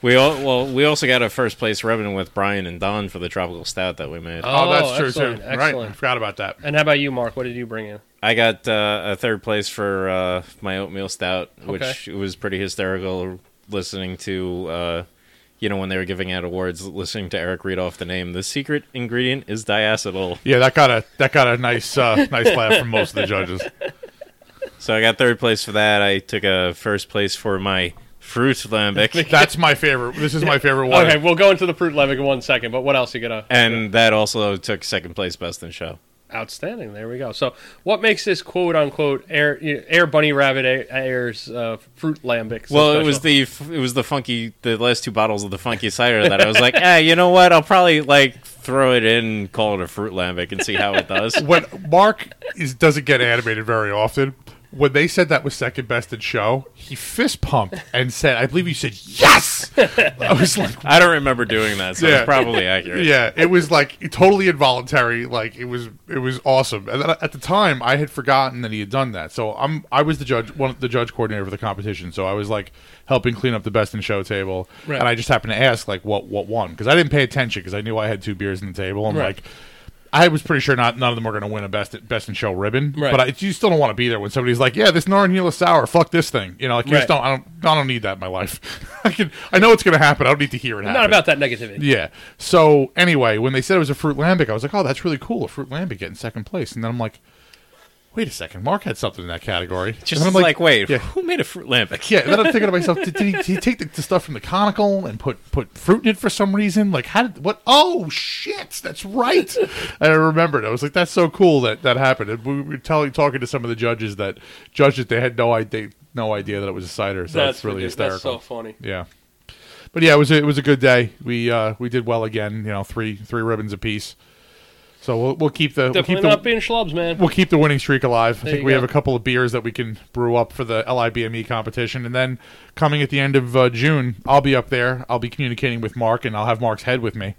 S3: We all, well, we also got a first place ribbon with Brian and Don for the tropical stout that we made.
S2: Oh.
S4: Oh, that's true
S2: excellent,
S4: too. Right, I
S2: excellent.
S4: forgot about that.
S2: And how about you, Mark? What did you bring in?
S3: I got uh, a third place for uh, my oatmeal stout, which
S2: Okay.
S3: was pretty hysterical. Listening to, uh, you know, when they were giving out awards, listening to Eric read off the name. The secret ingredient is diacetyl.
S4: Yeah, that got a that got a nice uh, nice laugh from most of the judges.
S3: So I got third place for that. I took a first place for my fruit lambic,
S4: That's my favorite. This is my favorite one.
S2: Okay, we'll go into the fruit levick in one second. But what else you uh, gonna?
S3: and that also took second place best in show.
S2: Outstanding. There we go. So, what makes this quote unquote air air bunny rabbit air, air's uh, fruit lambic? so
S3: well, it
S2: special?
S3: was the f- it was the funky the last two bottles of the funky cider that I was like, eh, you know what? I'll probably like throw it in, and call it a fruit lambic, and see how it does.
S4: When Mark is doesn't get animated very often. When they said that was second best in show, he fist pumped and said, "I believe you said yes." I was like,
S3: I don't remember doing that, so
S4: Yeah.
S3: it's probably accurate.
S4: "Yeah." It was like totally involuntary. Like it was, it was awesome. And then at the time, I had forgotten that he had done that. So I'm, I was the judge, one of the judge coordinator for the competition. So I was like helping clean up the best in show table,
S2: Right.
S4: and I just happened to ask like what what won because I didn't pay attention because I knew I had two beers in the table. I'm
S2: Right.
S4: like. I was pretty sure not none of them were going to win a best best in show ribbon,
S2: Right.
S4: but I, you still don't want to be there when somebody's like, "Yeah, this Naranjula sour, fuck this thing," you know, like you just
S2: Right.
S4: don't. I don't. I don't need that in my life. I can. I know it's going to happen. I don't need to hear it.
S2: not
S4: happen.
S2: about that negativity.
S4: Yeah. So anyway, when they said it was a fruit lambic, I was like, "Oh, that's really cool. A fruit lambic getting second place." And then I'm like, "Wait a second, Mark had something in that category."
S3: Just
S4: and I'm
S3: like, wait,
S4: yeah.
S3: who made a fruit lambic?
S4: Yeah, and then I'm thinking to myself, did, did, he, did he take the, the stuff from the conical and put, put fruit in it for some reason? Like, how did what? Oh shit, that's right. And I remembered. I was like, that's so cool that that happened. And we were telling, talking to some of the judges that judged it. They had no idea, no idea that it was a cider. So that's, really
S2: ridiculous.
S4: hysterical.
S2: That's so funny.
S4: Yeah. But yeah, it was a, it was a good day. We uh, we did well again. You know, three three ribbons apiece. So we'll we'll keep the
S2: Definitely
S4: we'll keep
S2: not
S4: the,
S2: being schlubs, man.
S4: we'll keep the winning streak alive. I
S2: There
S4: think
S2: you
S4: we
S2: go.
S4: have a couple of beers that we can brew up for the LIBME E competition, and then coming at the end of uh, June, I'll be up there. I'll be communicating with Mark, and I'll have Mark's head with me.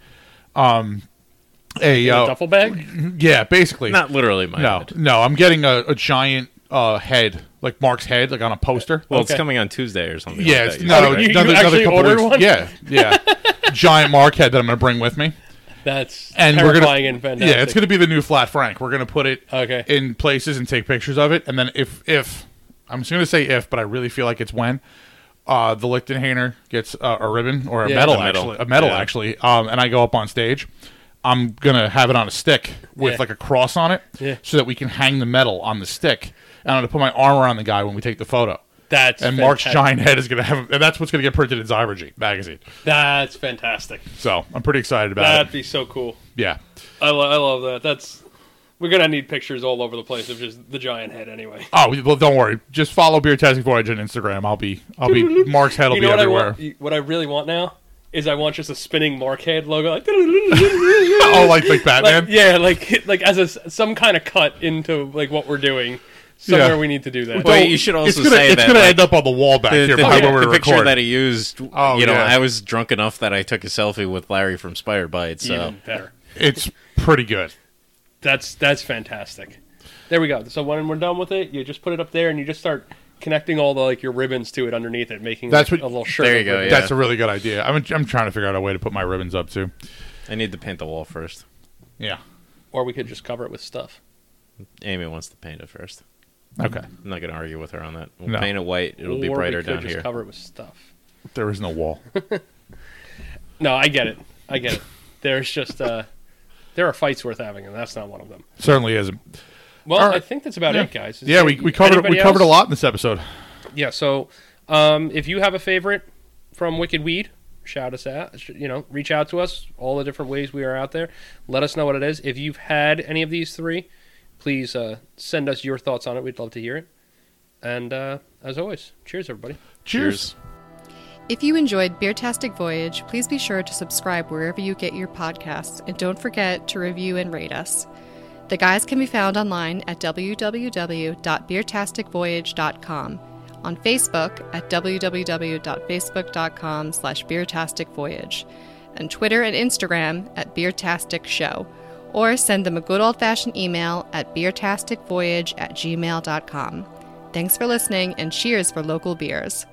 S4: Um, a
S2: In a
S4: uh,
S2: duffel bag.
S4: yeah, basically
S3: Not literally my
S4: no
S3: head.
S4: no. I'm getting a, a giant uh, head like Mark's head, like on a poster.
S3: Well,
S2: Okay.
S3: it's coming on Tuesday or something. like
S4: Yeah, it's,
S3: that.
S4: no,
S2: you- you
S4: another, another
S2: actually
S4: couple
S2: ordered
S4: weeks.
S2: one?
S4: Yeah, yeah. Giant Mark head that I'm going to bring with me,
S2: That's
S4: and we're
S2: terrifying
S4: going to
S2: and fantastic.
S4: yeah, it's going to be the new flat Frank. We're going to put it
S2: Okay.
S4: in places and take pictures of it, and then if if I'm just going to say if, but I really feel like it's when. Uh, the Lichtenhainer gets uh, a ribbon or a
S2: Yeah.
S4: medal,
S3: A medal.
S4: actually, a medal
S3: Yeah.
S4: actually, um, and I go up on stage. I'm gonna have it on a stick with
S2: Yeah.
S4: like a cross on it,
S2: Yeah.
S4: so that we can hang the medal on the stick. And I'm gonna put my arm around the guy when we take the photo.
S2: That's
S4: and Mark's
S2: fantastic.
S4: giant head is going to have, and that's what's going to get printed in Zymergy magazine.
S2: That's fantastic.
S4: So I'm pretty excited about
S2: That'd
S4: it.
S2: be so cool.
S4: Yeah,
S2: I, lo- I love that. That's we're gonna need pictures all over the place of just the giant head anyway.
S4: Oh well, don't worry. Just follow Beer Tastic Voyage on Instagram. I'll be, I'll be. Mark's head will
S2: you know
S4: be
S2: what I
S4: everywhere.
S2: want? you- What I really want now is I want just a spinning Mark head logo, like,
S4: oh, like like Batman.
S2: like yeah, like like as a s- some kind of cut into like what we're doing. Somewhere we need to do that.
S3: Well,
S4: Don't-
S3: you should
S4: it's
S3: also
S4: gonna,
S3: say
S4: it's
S3: that,
S4: gonna
S3: like,
S4: end up on the wall back
S3: The,
S4: here
S3: the-
S4: behind where
S3: the
S4: we
S3: picture
S4: record.
S3: that he used,
S4: Oh,
S3: you know,
S4: yeah.
S3: I was drunk enough that I took a selfie with Larry from Spire Bite. So
S2: Even better.
S4: it's pretty good.
S2: That's that's fantastic. There we go. So when we're done with it, you just put it up there and you just start connecting all the like your ribbons to it underneath it, making
S4: That's
S2: like, a
S4: what-
S2: little shirt.
S3: There you
S2: of
S3: go,
S2: ribbons.
S3: Yeah.
S4: That's a really good idea. I'm, I'm trying to figure out a way to put my ribbons up too.
S3: I need to paint the wall first.
S4: Yeah.
S2: Or we could just cover it with stuff.
S3: Amy wants to paint it first.
S4: Okay.
S3: I'm not going to argue with her on that. We'll
S4: No.
S3: paint it white. It'll be
S2: Or
S3: brighter
S2: we could
S3: down
S2: just
S3: here.
S2: Cover it with stuff.
S4: There is no wall.
S2: No, I get it. I get it. There's just uh, there are fights worth having, and that's not one of them.
S4: Certainly isn't.
S2: Well,
S4: All right.
S2: I think that's about
S4: Yeah.
S2: it, guys. Is
S4: Yeah,
S2: there
S4: we, we covered
S2: anybody
S4: we covered a
S2: else?
S4: lot in this episode.
S2: Yeah. So um, if you have a favorite from Wicked Weed, shout us out. sh- You know, reach out to us all the different ways we are out there. Let us know what it is. If you've had any of these three, please uh, send us your thoughts on it. We'd love to hear it. And uh, as always, cheers, everybody.
S4: Cheers.
S1: If you enjoyed Beertastic Voyage, please be sure to subscribe wherever you get your podcasts and don't forget to review and rate us. The guys can be found online at www.beertasticvoyage.com, on Facebook at www.facebook.com slash beertasticvoyage, and Twitter and Instagram at Beertastic Show, or send them a good old-fashioned email at beertasticvoyage at gmail.com. Thanks for listening and cheers for local beers.